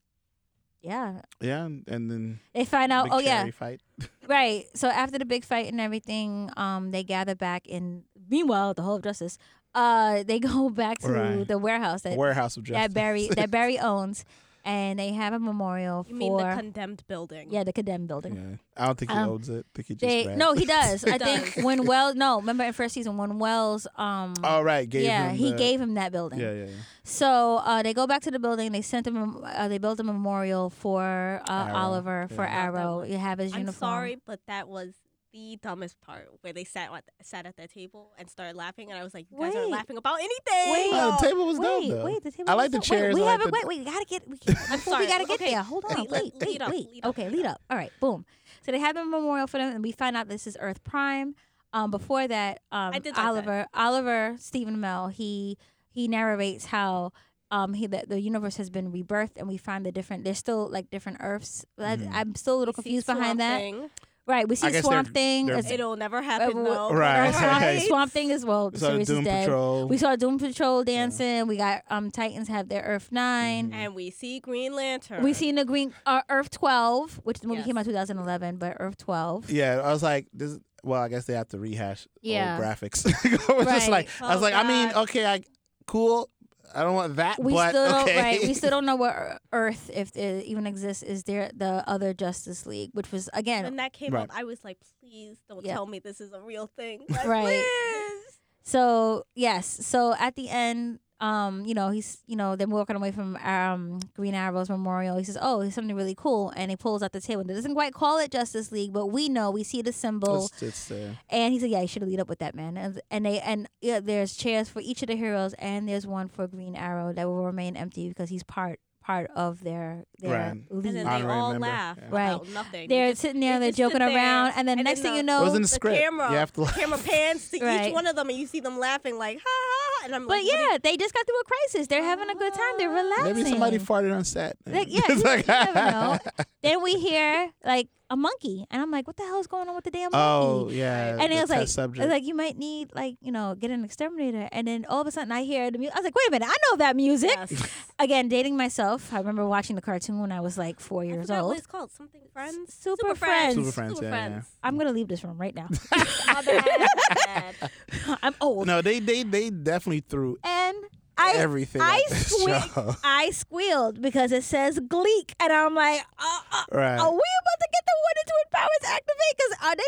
Speaker 2: yeah.
Speaker 1: [LAUGHS] yeah, and then
Speaker 2: They find out.
Speaker 1: big
Speaker 2: oh yeah.
Speaker 1: cherry fight.
Speaker 2: Right. So after the big fight and everything, um, they gather back and meanwhile the whole of justice, uh, they [LAUGHS] go back to
Speaker 1: Right.
Speaker 2: the warehouse that,
Speaker 1: Warehouse of Justice.
Speaker 2: that Barry that Barry owns and they have a memorial
Speaker 3: You
Speaker 2: for
Speaker 3: mean the condemned building?
Speaker 2: Yeah, the condemned building.
Speaker 1: [LAUGHS] Yeah. I don't think he
Speaker 2: Um,
Speaker 1: owns it. I think he just
Speaker 2: They,
Speaker 1: grabbed
Speaker 2: no,
Speaker 1: it.
Speaker 2: he does.
Speaker 1: [LAUGHS]
Speaker 2: I
Speaker 3: does.
Speaker 2: think when Wells no, remember in first season when Wells um
Speaker 1: All right, Oh, gave
Speaker 2: yeah,
Speaker 1: him
Speaker 2: he
Speaker 1: the-
Speaker 2: gave him that building.
Speaker 1: Yeah, yeah, yeah.
Speaker 2: So uh, they go back to the building. They sent them. Uh, they built a memorial for uh,
Speaker 1: Arrow.
Speaker 2: Oliver for
Speaker 1: Yeah.
Speaker 3: Love that
Speaker 2: Arrow.
Speaker 3: one.
Speaker 2: You have his
Speaker 3: I'm
Speaker 2: uniform.
Speaker 3: sorry, but that was the dumbest part where they sat at sat at that table and started laughing, and I was like, you guys
Speaker 2: Wait.
Speaker 3: aren't laughing about anything.
Speaker 2: Wait.
Speaker 1: Oh, the table was dope
Speaker 2: wait,
Speaker 1: though.
Speaker 2: wait, the table.
Speaker 1: I like the
Speaker 2: was dope.
Speaker 1: chairs,
Speaker 2: Wait,
Speaker 1: I
Speaker 2: we
Speaker 1: like
Speaker 2: haven't.
Speaker 1: the-
Speaker 2: Wait, wait, we gotta get. We can't, I'm sorry.
Speaker 3: sorry,
Speaker 2: We gotta get
Speaker 3: okay,
Speaker 2: there. Hold on. Wait,
Speaker 3: wait, let-
Speaker 2: wait,
Speaker 3: lead up,
Speaker 2: wait.
Speaker 3: lead up,
Speaker 2: okay,
Speaker 3: lead
Speaker 2: lead
Speaker 3: up.
Speaker 2: up. All right, boom. So they have a memorial for them, and we find out this is Earth Prime. Um, before that, um,
Speaker 3: did like that.
Speaker 2: Oliver, Oliver Stephen Mel, he he narrates how. Um, he the, the universe has been rebirthed, and we find the different. There's still like different Earths. I,
Speaker 1: Mhm.
Speaker 2: I'm still a little
Speaker 3: We see
Speaker 2: confused behind
Speaker 3: Swamp
Speaker 2: that.
Speaker 3: Thing.
Speaker 2: Right, we see
Speaker 1: I guess
Speaker 2: Swamp
Speaker 1: they're-
Speaker 2: Thing.
Speaker 1: they're
Speaker 2: as-
Speaker 3: It'll never happen.
Speaker 2: Uh,
Speaker 3: though.
Speaker 1: [LAUGHS] Right,
Speaker 2: Earth Prime-
Speaker 1: okay.
Speaker 2: Swamp Thing is well, the
Speaker 1: So
Speaker 2: series
Speaker 1: Doom
Speaker 2: is dead.
Speaker 1: Patrol.
Speaker 2: We saw Doom Patrol dancing. We got um Titans have their Earth 9
Speaker 1: Mhm.
Speaker 3: And we see Green Lantern.
Speaker 1: Mm-hmm.
Speaker 2: We seen the Green uh, Earth Twelve, which the movie
Speaker 3: Yes.
Speaker 2: came out 2011, but Earth Twelve.
Speaker 1: Yeah, I was like, this. Well, I guess they have to rehash
Speaker 2: Yeah.
Speaker 1: old graphics. [LAUGHS] I was just like, I was
Speaker 3: Oh,
Speaker 1: like, I mean,
Speaker 3: God.
Speaker 1: okay, I cool. I don't want that,
Speaker 2: We
Speaker 1: but
Speaker 2: still don't,
Speaker 1: okay.
Speaker 2: right. We
Speaker 1: [LAUGHS]
Speaker 2: still don't know what Ear- Earth, if it even exists, is there the other Justice League, which was again.
Speaker 3: when that came
Speaker 1: Right.
Speaker 3: up, I was like, please don't
Speaker 2: Yeah.
Speaker 3: tell me this is a real
Speaker 2: [LAUGHS]
Speaker 3: thing. Like,
Speaker 2: Right.
Speaker 3: Please.
Speaker 2: So yes. So at the end. Um, you know, he's you know, they're walking away from um Green Arrow's memorial. He says, Oh, it's something really cool and he pulls out the table. It doesn't quite call it Justice League, but we know we see the symbol.
Speaker 1: It's, it's, uh,
Speaker 2: And he said, "Yeah, you should lead up with that, man." And, and they and yeah, there's chairs for each of the heroes, and there's one for Green Arrow that will remain empty because he's part part of their their
Speaker 1: Right.
Speaker 3: And
Speaker 2: league.
Speaker 3: then
Speaker 1: I
Speaker 3: they
Speaker 1: don't
Speaker 3: all
Speaker 1: remember.
Speaker 3: laugh
Speaker 1: Yeah.
Speaker 2: Right.
Speaker 3: about nothing.
Speaker 2: They're
Speaker 3: Just-
Speaker 2: sitting there,
Speaker 3: you
Speaker 2: they're
Speaker 3: just sit
Speaker 2: joking around,
Speaker 3: there,
Speaker 2: and then
Speaker 3: and
Speaker 2: next
Speaker 3: then
Speaker 2: thing you
Speaker 3: the-
Speaker 1: it
Speaker 2: know,
Speaker 1: was in the
Speaker 3: the
Speaker 1: script.
Speaker 3: camera-
Speaker 1: you have to.
Speaker 3: the camera pans to
Speaker 2: Right.
Speaker 3: each one of them, and you see them laughing like ha ha, ha, and I'm
Speaker 2: but
Speaker 3: like, what
Speaker 2: yeah, they just got through a crisis. They're having a good time.
Speaker 3: Ah.
Speaker 2: They're relaxing.
Speaker 1: [LAUGHS] Maybe somebody farted on set. [LAUGHS]
Speaker 2: Like, yeah,
Speaker 1: It's
Speaker 2: you- you never
Speaker 1: [LAUGHS]
Speaker 2: know. then we hear like a monkey, and I'm like, "What the hell's going on with the damn monkey?"
Speaker 1: oh yeah.
Speaker 2: and
Speaker 1: the
Speaker 2: it was
Speaker 1: test
Speaker 2: like,
Speaker 1: subject.
Speaker 2: it was like you might need like you know get an exterminator, and then all of a sudden I hear the music. I was like, "Wait a minute, I know that
Speaker 3: do
Speaker 2: music."
Speaker 3: you-"
Speaker 1: [LAUGHS]
Speaker 3: Yes.
Speaker 2: again dating myself i remember watching the cartoon when i was like four
Speaker 3: I
Speaker 2: years
Speaker 3: forgot what
Speaker 2: old
Speaker 3: it's called. Something
Speaker 2: S-
Speaker 3: friends.
Speaker 2: super, friends,
Speaker 3: Friends.
Speaker 1: Super Friends,
Speaker 3: Super
Speaker 1: yeah, yeah.
Speaker 3: Friends.
Speaker 2: i'm gonna leave this room right now [LAUGHS]
Speaker 3: My bad, my bad.
Speaker 1: [LAUGHS]
Speaker 2: i'm old
Speaker 1: no, they they they definitely threw
Speaker 2: and I
Speaker 1: everything.
Speaker 2: I
Speaker 1: at [LAUGHS] this
Speaker 2: swear-
Speaker 1: show.
Speaker 2: I squealed because it says Gleek, and I'm like, uh, uh,
Speaker 1: Right.
Speaker 2: are we about to get the one and twin powers activate? Because are they?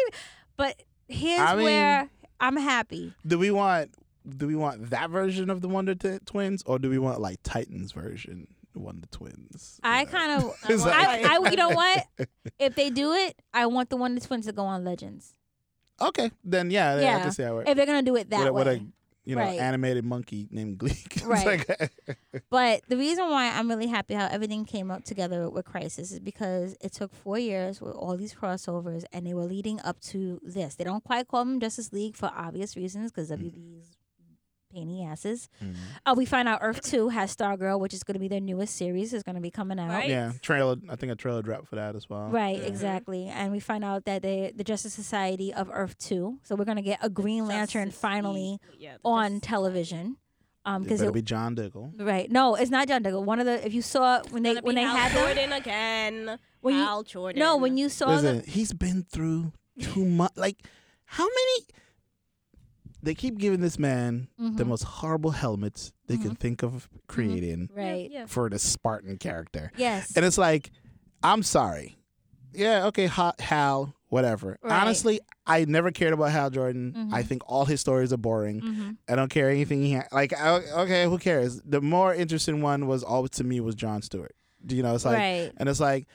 Speaker 2: But here's
Speaker 1: I mean-
Speaker 2: where I'm happy.
Speaker 1: Do we want do we want that version of the Wonder T- Twins or do we want like Titans version Wonder Twins?
Speaker 2: I
Speaker 1: Like, [LAUGHS]
Speaker 2: kind of,
Speaker 1: it's
Speaker 3: want
Speaker 1: like-
Speaker 2: I, I, you
Speaker 3: [LAUGHS]
Speaker 2: know what?
Speaker 1: [LAUGHS]
Speaker 2: If they do it, I want the one and twins to go on Legends.
Speaker 1: Okay, then yeah, then I
Speaker 2: Yeah.
Speaker 1: can see how it works.
Speaker 2: If they're gonna do it that
Speaker 1: with, a-
Speaker 2: way,
Speaker 1: with a you know
Speaker 2: Right.
Speaker 1: animated monkey named Gleek. It's
Speaker 2: Right.
Speaker 1: [LAUGHS] like-
Speaker 2: But the reason why I'm really happy how everything came up together with Crisis is because it took four years with all these crossovers, and they were leading up to this. They don't quite call them Justice League for obvious reasons,
Speaker 3: Mm.
Speaker 2: because WB's pain in the asses. Uh, we find out Earth Two has Stargirl, which is going to be their newest series. is going to be coming out.
Speaker 3: Right.
Speaker 1: yeah, trailer. I think a trailer dropped for that as well.
Speaker 2: Right,
Speaker 1: Yeah.
Speaker 2: exactly. And we find out that they the Justice Society of Earth 2. So we're going to get a Green Lantern
Speaker 3: Justice
Speaker 2: finally
Speaker 3: League, yeah, the
Speaker 2: on
Speaker 3: Justice
Speaker 2: television. Um
Speaker 1: It
Speaker 2: cuz
Speaker 1: better be John Diggle.
Speaker 2: right. No, it's not John Diggle. One of the if you saw when they
Speaker 3: League. Gonna be
Speaker 2: when they
Speaker 3: Hal
Speaker 2: had them
Speaker 3: Jordan again.
Speaker 2: when you-
Speaker 3: Hal Jordan.
Speaker 2: No, when you saw
Speaker 1: Listen,
Speaker 2: them
Speaker 1: he's been through too much. Like, how many? They keep giving this man the
Speaker 2: Mhm.
Speaker 1: most horrible helmets they can think of creating
Speaker 2: right.
Speaker 3: Yeah, yeah.
Speaker 1: for the Spartan character,
Speaker 2: Yes.
Speaker 1: and it's like, I'm sorry. Yeah, okay, Ha- Hal, whatever.
Speaker 2: Right.
Speaker 1: Honestly, I never cared about Hal Jordan. I think all his stories are boring.
Speaker 2: Mhm.
Speaker 1: I don't care anything he ha- like. I, okay, who cares? The more interesting one was always to me was John Stewart. Do You know, it's like,
Speaker 2: Right.
Speaker 1: and it's like,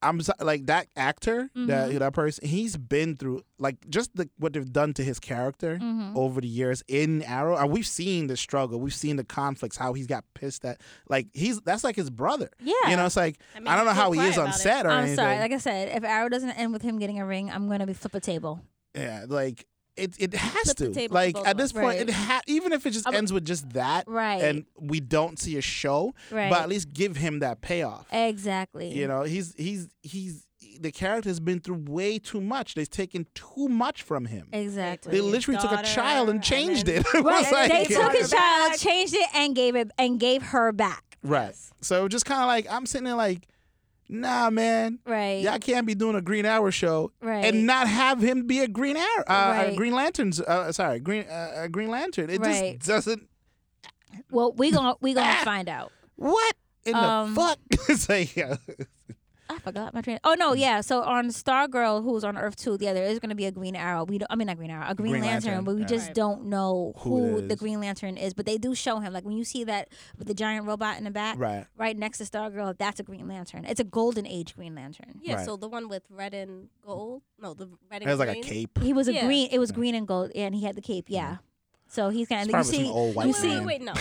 Speaker 1: I'm so- like that actor, that
Speaker 3: Mm-hmm.
Speaker 1: that person. He's been through like just the, what they've done to his character
Speaker 2: Mhm.
Speaker 3: Mm-hmm.
Speaker 1: over the years in Arrow, and we've seen the struggle, we've seen the conflicts, how he's got pissed at. Like he's that's like his brother.
Speaker 2: Yeah.
Speaker 1: You know, it's like
Speaker 3: I
Speaker 1: I,
Speaker 3: mean,
Speaker 1: don't know
Speaker 3: he's
Speaker 1: how
Speaker 3: been
Speaker 1: he is
Speaker 3: quiet
Speaker 1: on
Speaker 3: about it.
Speaker 1: set or
Speaker 2: I'm
Speaker 1: anything.
Speaker 2: sorry. Like I said, if Arrow doesn't end with him getting a ring, I'm going to be flip a table.
Speaker 1: yeah, like. It, it has
Speaker 3: Flip the
Speaker 1: to
Speaker 3: table for
Speaker 1: like
Speaker 3: both
Speaker 1: at
Speaker 3: of
Speaker 1: this
Speaker 3: us.
Speaker 1: point
Speaker 2: Right.
Speaker 1: it ha- even if it just
Speaker 2: I'm-
Speaker 1: ends with just that
Speaker 2: Right.
Speaker 1: and we don't see a show,
Speaker 2: right.
Speaker 1: but at least give him that payoff.
Speaker 2: exactly.
Speaker 1: You know, he's he's he's the character's been through way too much. They've taken too much from him.
Speaker 2: Exactly.
Speaker 1: They literally took a
Speaker 3: Daughter,
Speaker 1: child and
Speaker 3: and
Speaker 1: changed
Speaker 3: then-
Speaker 1: it. [LAUGHS] It
Speaker 2: Right,
Speaker 1: was
Speaker 2: they
Speaker 1: like-
Speaker 2: took
Speaker 3: Brought
Speaker 2: his
Speaker 3: her
Speaker 2: child,
Speaker 3: back.
Speaker 2: changed it, and gave it and gave her back.
Speaker 1: right. So just kind of like I'm sitting there like, nah, man,
Speaker 2: Right.
Speaker 1: y'all can't be doing a Green Arrow show
Speaker 2: Right.
Speaker 1: and not have him be a Green Arrow, uh,
Speaker 2: Right.
Speaker 1: a Green Lanterns. Uh, sorry, Green uh, a Green Lantern. It
Speaker 2: Right.
Speaker 1: just doesn't.
Speaker 2: Well, we gonna
Speaker 1: [LAUGHS]
Speaker 2: we gonna find out.
Speaker 1: What in
Speaker 2: Um,
Speaker 1: the fuck? [LAUGHS] it's like, yeah.
Speaker 2: I forgot my train. Oh no,
Speaker 1: Mm.
Speaker 2: yeah. So on Stargirl, who's on Earth two, yeah, there is gonna be a Green Arrow. We don't. I mean, not Green Arrow, a Green,
Speaker 1: Green
Speaker 2: Lantern,
Speaker 1: Lantern,
Speaker 2: but we
Speaker 1: yeah.
Speaker 2: just
Speaker 3: Right.
Speaker 2: don't know
Speaker 1: Who
Speaker 2: who,
Speaker 1: it
Speaker 2: the
Speaker 1: is.
Speaker 2: Green Lantern is. But they do show him, like when you see that with the giant robot in the back,
Speaker 1: right.
Speaker 2: right next to Stargirl, that's a Green Lantern. It's a Golden Age Green Lantern.
Speaker 3: Yeah,
Speaker 1: Right.
Speaker 3: so the one with red and gold. No, the red and
Speaker 1: It has like a
Speaker 3: green.
Speaker 1: cape.
Speaker 2: He was a
Speaker 3: Yeah.
Speaker 2: green. It was green and gold, and he had the cape. Yeah. So he's kind
Speaker 1: Mm-hmm. It's
Speaker 2: of you
Speaker 1: probably
Speaker 2: see
Speaker 1: some old white
Speaker 2: you
Speaker 3: wait,
Speaker 2: see-
Speaker 1: man. [LAUGHS]
Speaker 3: wait, wait, no.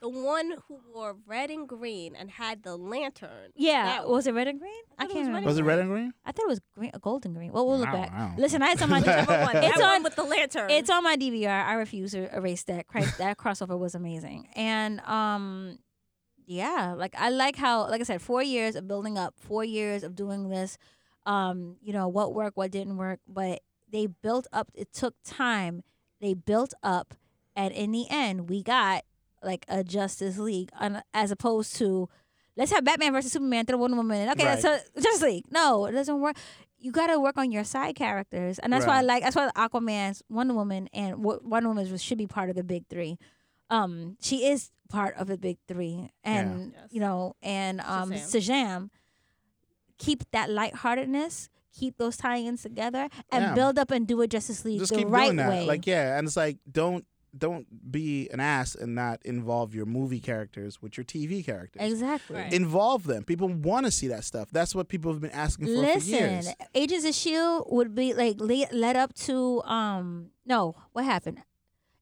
Speaker 3: the one who wore red and green and had
Speaker 1: [LAUGHS]
Speaker 3: the lantern.
Speaker 2: Yeah,
Speaker 3: That
Speaker 2: was it red and green? I,
Speaker 3: thought it
Speaker 2: can't
Speaker 3: was red and
Speaker 2: remember.
Speaker 1: Was it red and green?
Speaker 2: I thought it was green, a golden green. Well, we'll look
Speaker 1: Wow,
Speaker 2: back.
Speaker 1: wow.
Speaker 2: Listen, I had
Speaker 1: [LAUGHS]
Speaker 2: somebody.
Speaker 3: Whichever one.
Speaker 2: It's
Speaker 3: that
Speaker 2: on-
Speaker 3: one with the lantern.
Speaker 2: it's on my DVR. I refuse to erase that. Christ, that crossover was amazing. And um, yeah, like I like how, like I said, four years of building up, four years of doing this. Um, you know what worked, what didn't work, but they built up. It took time. They built up, and in the end, we got like a Justice League, un- as opposed to. Let's have Batman versus Superman through Wonder Woman. Okay,
Speaker 1: Right.
Speaker 2: so Justice League. No, it doesn't work you got to work on your side characters, and that's why I
Speaker 1: Right.
Speaker 2: like that's why Aquaman's Wonder Woman and Wo- Wonder Woman was- should be part of the big three. Um, she is part of the big three, and
Speaker 3: Yes.
Speaker 2: you know, and um,
Speaker 3: Shazam.
Speaker 2: Shazam. Keep that lightheartedness, keep those tie-ins together, and
Speaker 1: Yeah.
Speaker 2: build up and do it Justice League
Speaker 1: just
Speaker 2: the
Speaker 1: keep
Speaker 2: right
Speaker 1: doing that.
Speaker 2: way.
Speaker 1: Like yeah, and it's like don't don't be an ass and not involve your movie characters with your TV characters.
Speaker 2: exactly.
Speaker 3: Right.
Speaker 1: Involve them. People want to see that stuff. That's what people have been asking for for
Speaker 2: Listen,
Speaker 1: years.
Speaker 2: Agents of Shield E would be like le- led up to um no, what happened?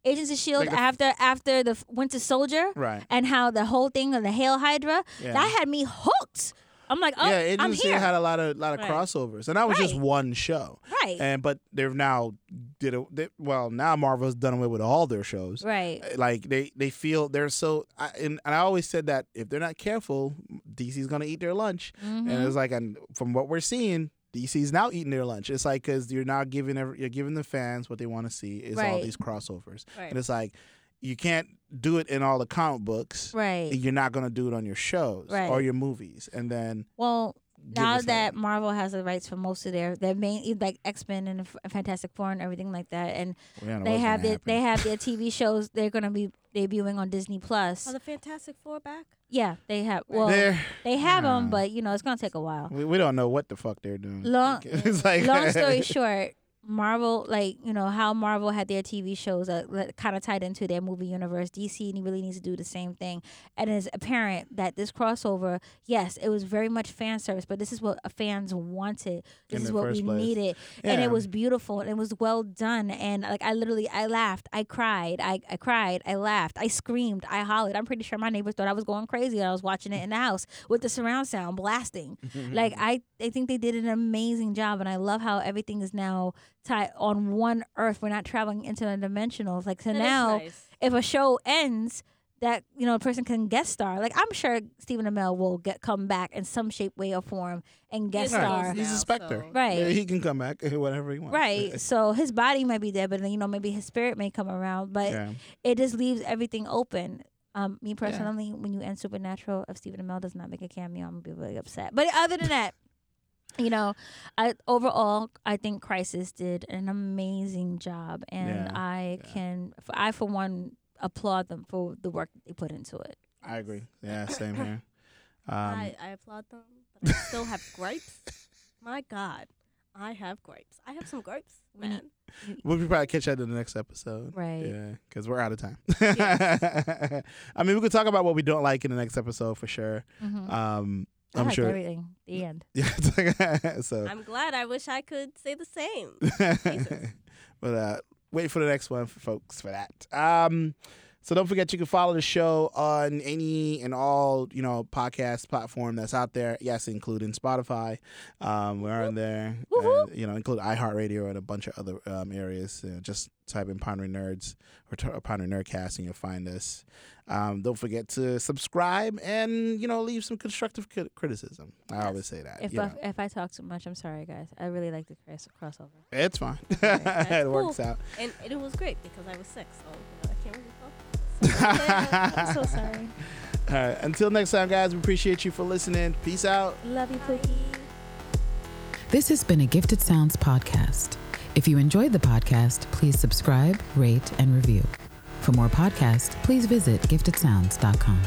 Speaker 2: Agents of Shield
Speaker 1: Like the-
Speaker 2: E after after the F- Winter Soldier,
Speaker 1: Right.
Speaker 2: And how the whole thing of the Hail Hydra
Speaker 1: Yeah.
Speaker 2: that had me hooked. I'm like, oh,
Speaker 1: yeah, it
Speaker 2: I'm
Speaker 1: just
Speaker 2: here,
Speaker 1: had a lot of lot of
Speaker 3: Right.
Speaker 1: crossovers, and that was just
Speaker 2: Right.
Speaker 1: one show.
Speaker 2: right,
Speaker 1: And but they've now did a they, well now Marvel's done away with all their shows.
Speaker 2: right,
Speaker 1: Like they they feel they're so I, and, and I always said that if they're not careful, DC's gonna eat their lunch. and
Speaker 2: Mhm.
Speaker 1: it's like and from what we're seeing DC's now eating their lunch. It's like because you're now giving every, you're giving the fans what they want to see is all
Speaker 2: Right.
Speaker 1: these crossovers,
Speaker 3: Right.
Speaker 1: and it's like you can't do it in all the comic books.
Speaker 2: right.
Speaker 1: and You're not gonna do it on your shows
Speaker 2: Right.
Speaker 1: or your movies, and then
Speaker 2: Well,
Speaker 1: give
Speaker 2: now
Speaker 1: us
Speaker 2: that Marvel has the rights for most of their their main e, like X Men and F- Fantastic Four and everything like that, and
Speaker 1: Rihanna
Speaker 2: they
Speaker 1: wasn't
Speaker 2: have their,
Speaker 1: happy.
Speaker 2: they have their TV shows they're gonna be debuting on Disney
Speaker 3: Are
Speaker 2: Plus.
Speaker 3: Oh, the Fantastic Four back?
Speaker 2: Yeah, they have. Well,
Speaker 1: They're-
Speaker 2: they have them,
Speaker 1: Yeah.
Speaker 2: but you know it's gonna take a while.
Speaker 1: we, we don't know what the fuck they're doing. [LAUGHS]
Speaker 2: Long-
Speaker 1: it's like [LAUGHS]
Speaker 2: Long story short, Marvel, like you know how Marvel had their TV shows that kind of tied into their movie universe. DC really needs to do the same thing, and it's apparent that this crossover, yes, it was very much fan service, but this is what fans wanted. This
Speaker 1: In
Speaker 2: is
Speaker 1: the
Speaker 2: what
Speaker 1: first
Speaker 2: we
Speaker 1: place.
Speaker 2: needed, and
Speaker 1: Yeah.
Speaker 2: it was beautiful and it was well done. And like I literally, I laughed, I cried, I, I cried, I laughed, I screamed, I hollered. I'm pretty sure my neighbors thought I was going crazy. and I was watching it in the house with the surround sound blasting like
Speaker 3: Mm.
Speaker 2: I, I think they did an amazing job and i love how everything is now tied on one earth we're not traveling interdimensional like so
Speaker 3: That is
Speaker 2: now
Speaker 3: nice.
Speaker 2: if a show ends that you know a person can guest star like i'm sure stephen amell will get come back in some shape way or form and guest
Speaker 3: Right.
Speaker 2: star
Speaker 1: He's
Speaker 3: now,
Speaker 1: a specter.
Speaker 3: so-
Speaker 2: Right.
Speaker 1: Yeah, he can come back [LAUGHS] whatever he wants.
Speaker 2: right so his body might be dead but then you know maybe his spirit may come around
Speaker 1: [LAUGHS]
Speaker 2: but
Speaker 1: yeah.
Speaker 2: it just leaves everything open. Um, me personally, when you end Supernatural, if Stephen Amell does not make a cameo, I'm gonna be really upset. But other than that, you know, I overall I think Crisis did an amazing job, and
Speaker 1: Yeah,
Speaker 2: I
Speaker 1: yeah.
Speaker 2: can, I for one, applaud them for the work they put into it.
Speaker 1: I agree. Yeah, same
Speaker 2: [LAUGHS]
Speaker 1: here. Um,
Speaker 3: I, I applaud them, but I
Speaker 1: [LAUGHS]
Speaker 3: still have gripes. My God, I have gripes. I have some gripes,
Speaker 2: We
Speaker 3: man.
Speaker 1: We'll probably catch that in the next episode.
Speaker 2: Right.
Speaker 1: Yeah, because we're out of time. [LAUGHS] I mean, we could talk about what we don't like in the next episode for sure.
Speaker 2: Mhm.
Speaker 1: Um,
Speaker 2: I
Speaker 1: I'm
Speaker 2: liked
Speaker 1: sure.
Speaker 2: everything. The end.
Speaker 1: [LAUGHS] Yeah. it's like- so.
Speaker 3: I'm glad. I wish I could say the
Speaker 1: [LAUGHS]
Speaker 3: same. Jesus.
Speaker 1: but uh, wait for the next one, folks, for that. Um, so don't forget you can follow the show on any and all you know podcast platform that's out there. Yes, including Spotify. Um, we're on there.
Speaker 2: Whoop,
Speaker 1: And,
Speaker 2: whoop.
Speaker 1: you know, include iHeartRadio and a bunch of other um, areas. You know, just type in Pondering Nerds or t- Pondering Nerdcast and you'll find us. Um, don't forget to subscribe and you know leave some constructive cri- criticism. I always say that.
Speaker 2: If
Speaker 1: you
Speaker 2: I,
Speaker 1: know.
Speaker 2: if I talk too much, I'm sorry, guys. I really like the cross- crossover.
Speaker 1: It's fine. [LAUGHS]
Speaker 3: that's
Speaker 1: it works
Speaker 3: cool.
Speaker 1: out.
Speaker 3: and, and it was great because I was sick, so you know, I can't really focus.
Speaker 1: [LAUGHS]
Speaker 2: I'm so sorry.
Speaker 1: All right. Until next time, guys, we appreciate you for listening. Peace out.
Speaker 2: Love you, Pookie.
Speaker 4: This has been a Gifted Sounds podcast. If you enjoyed the podcast, please subscribe, rate, and review. For more podcasts, please visit giftedsounds.com.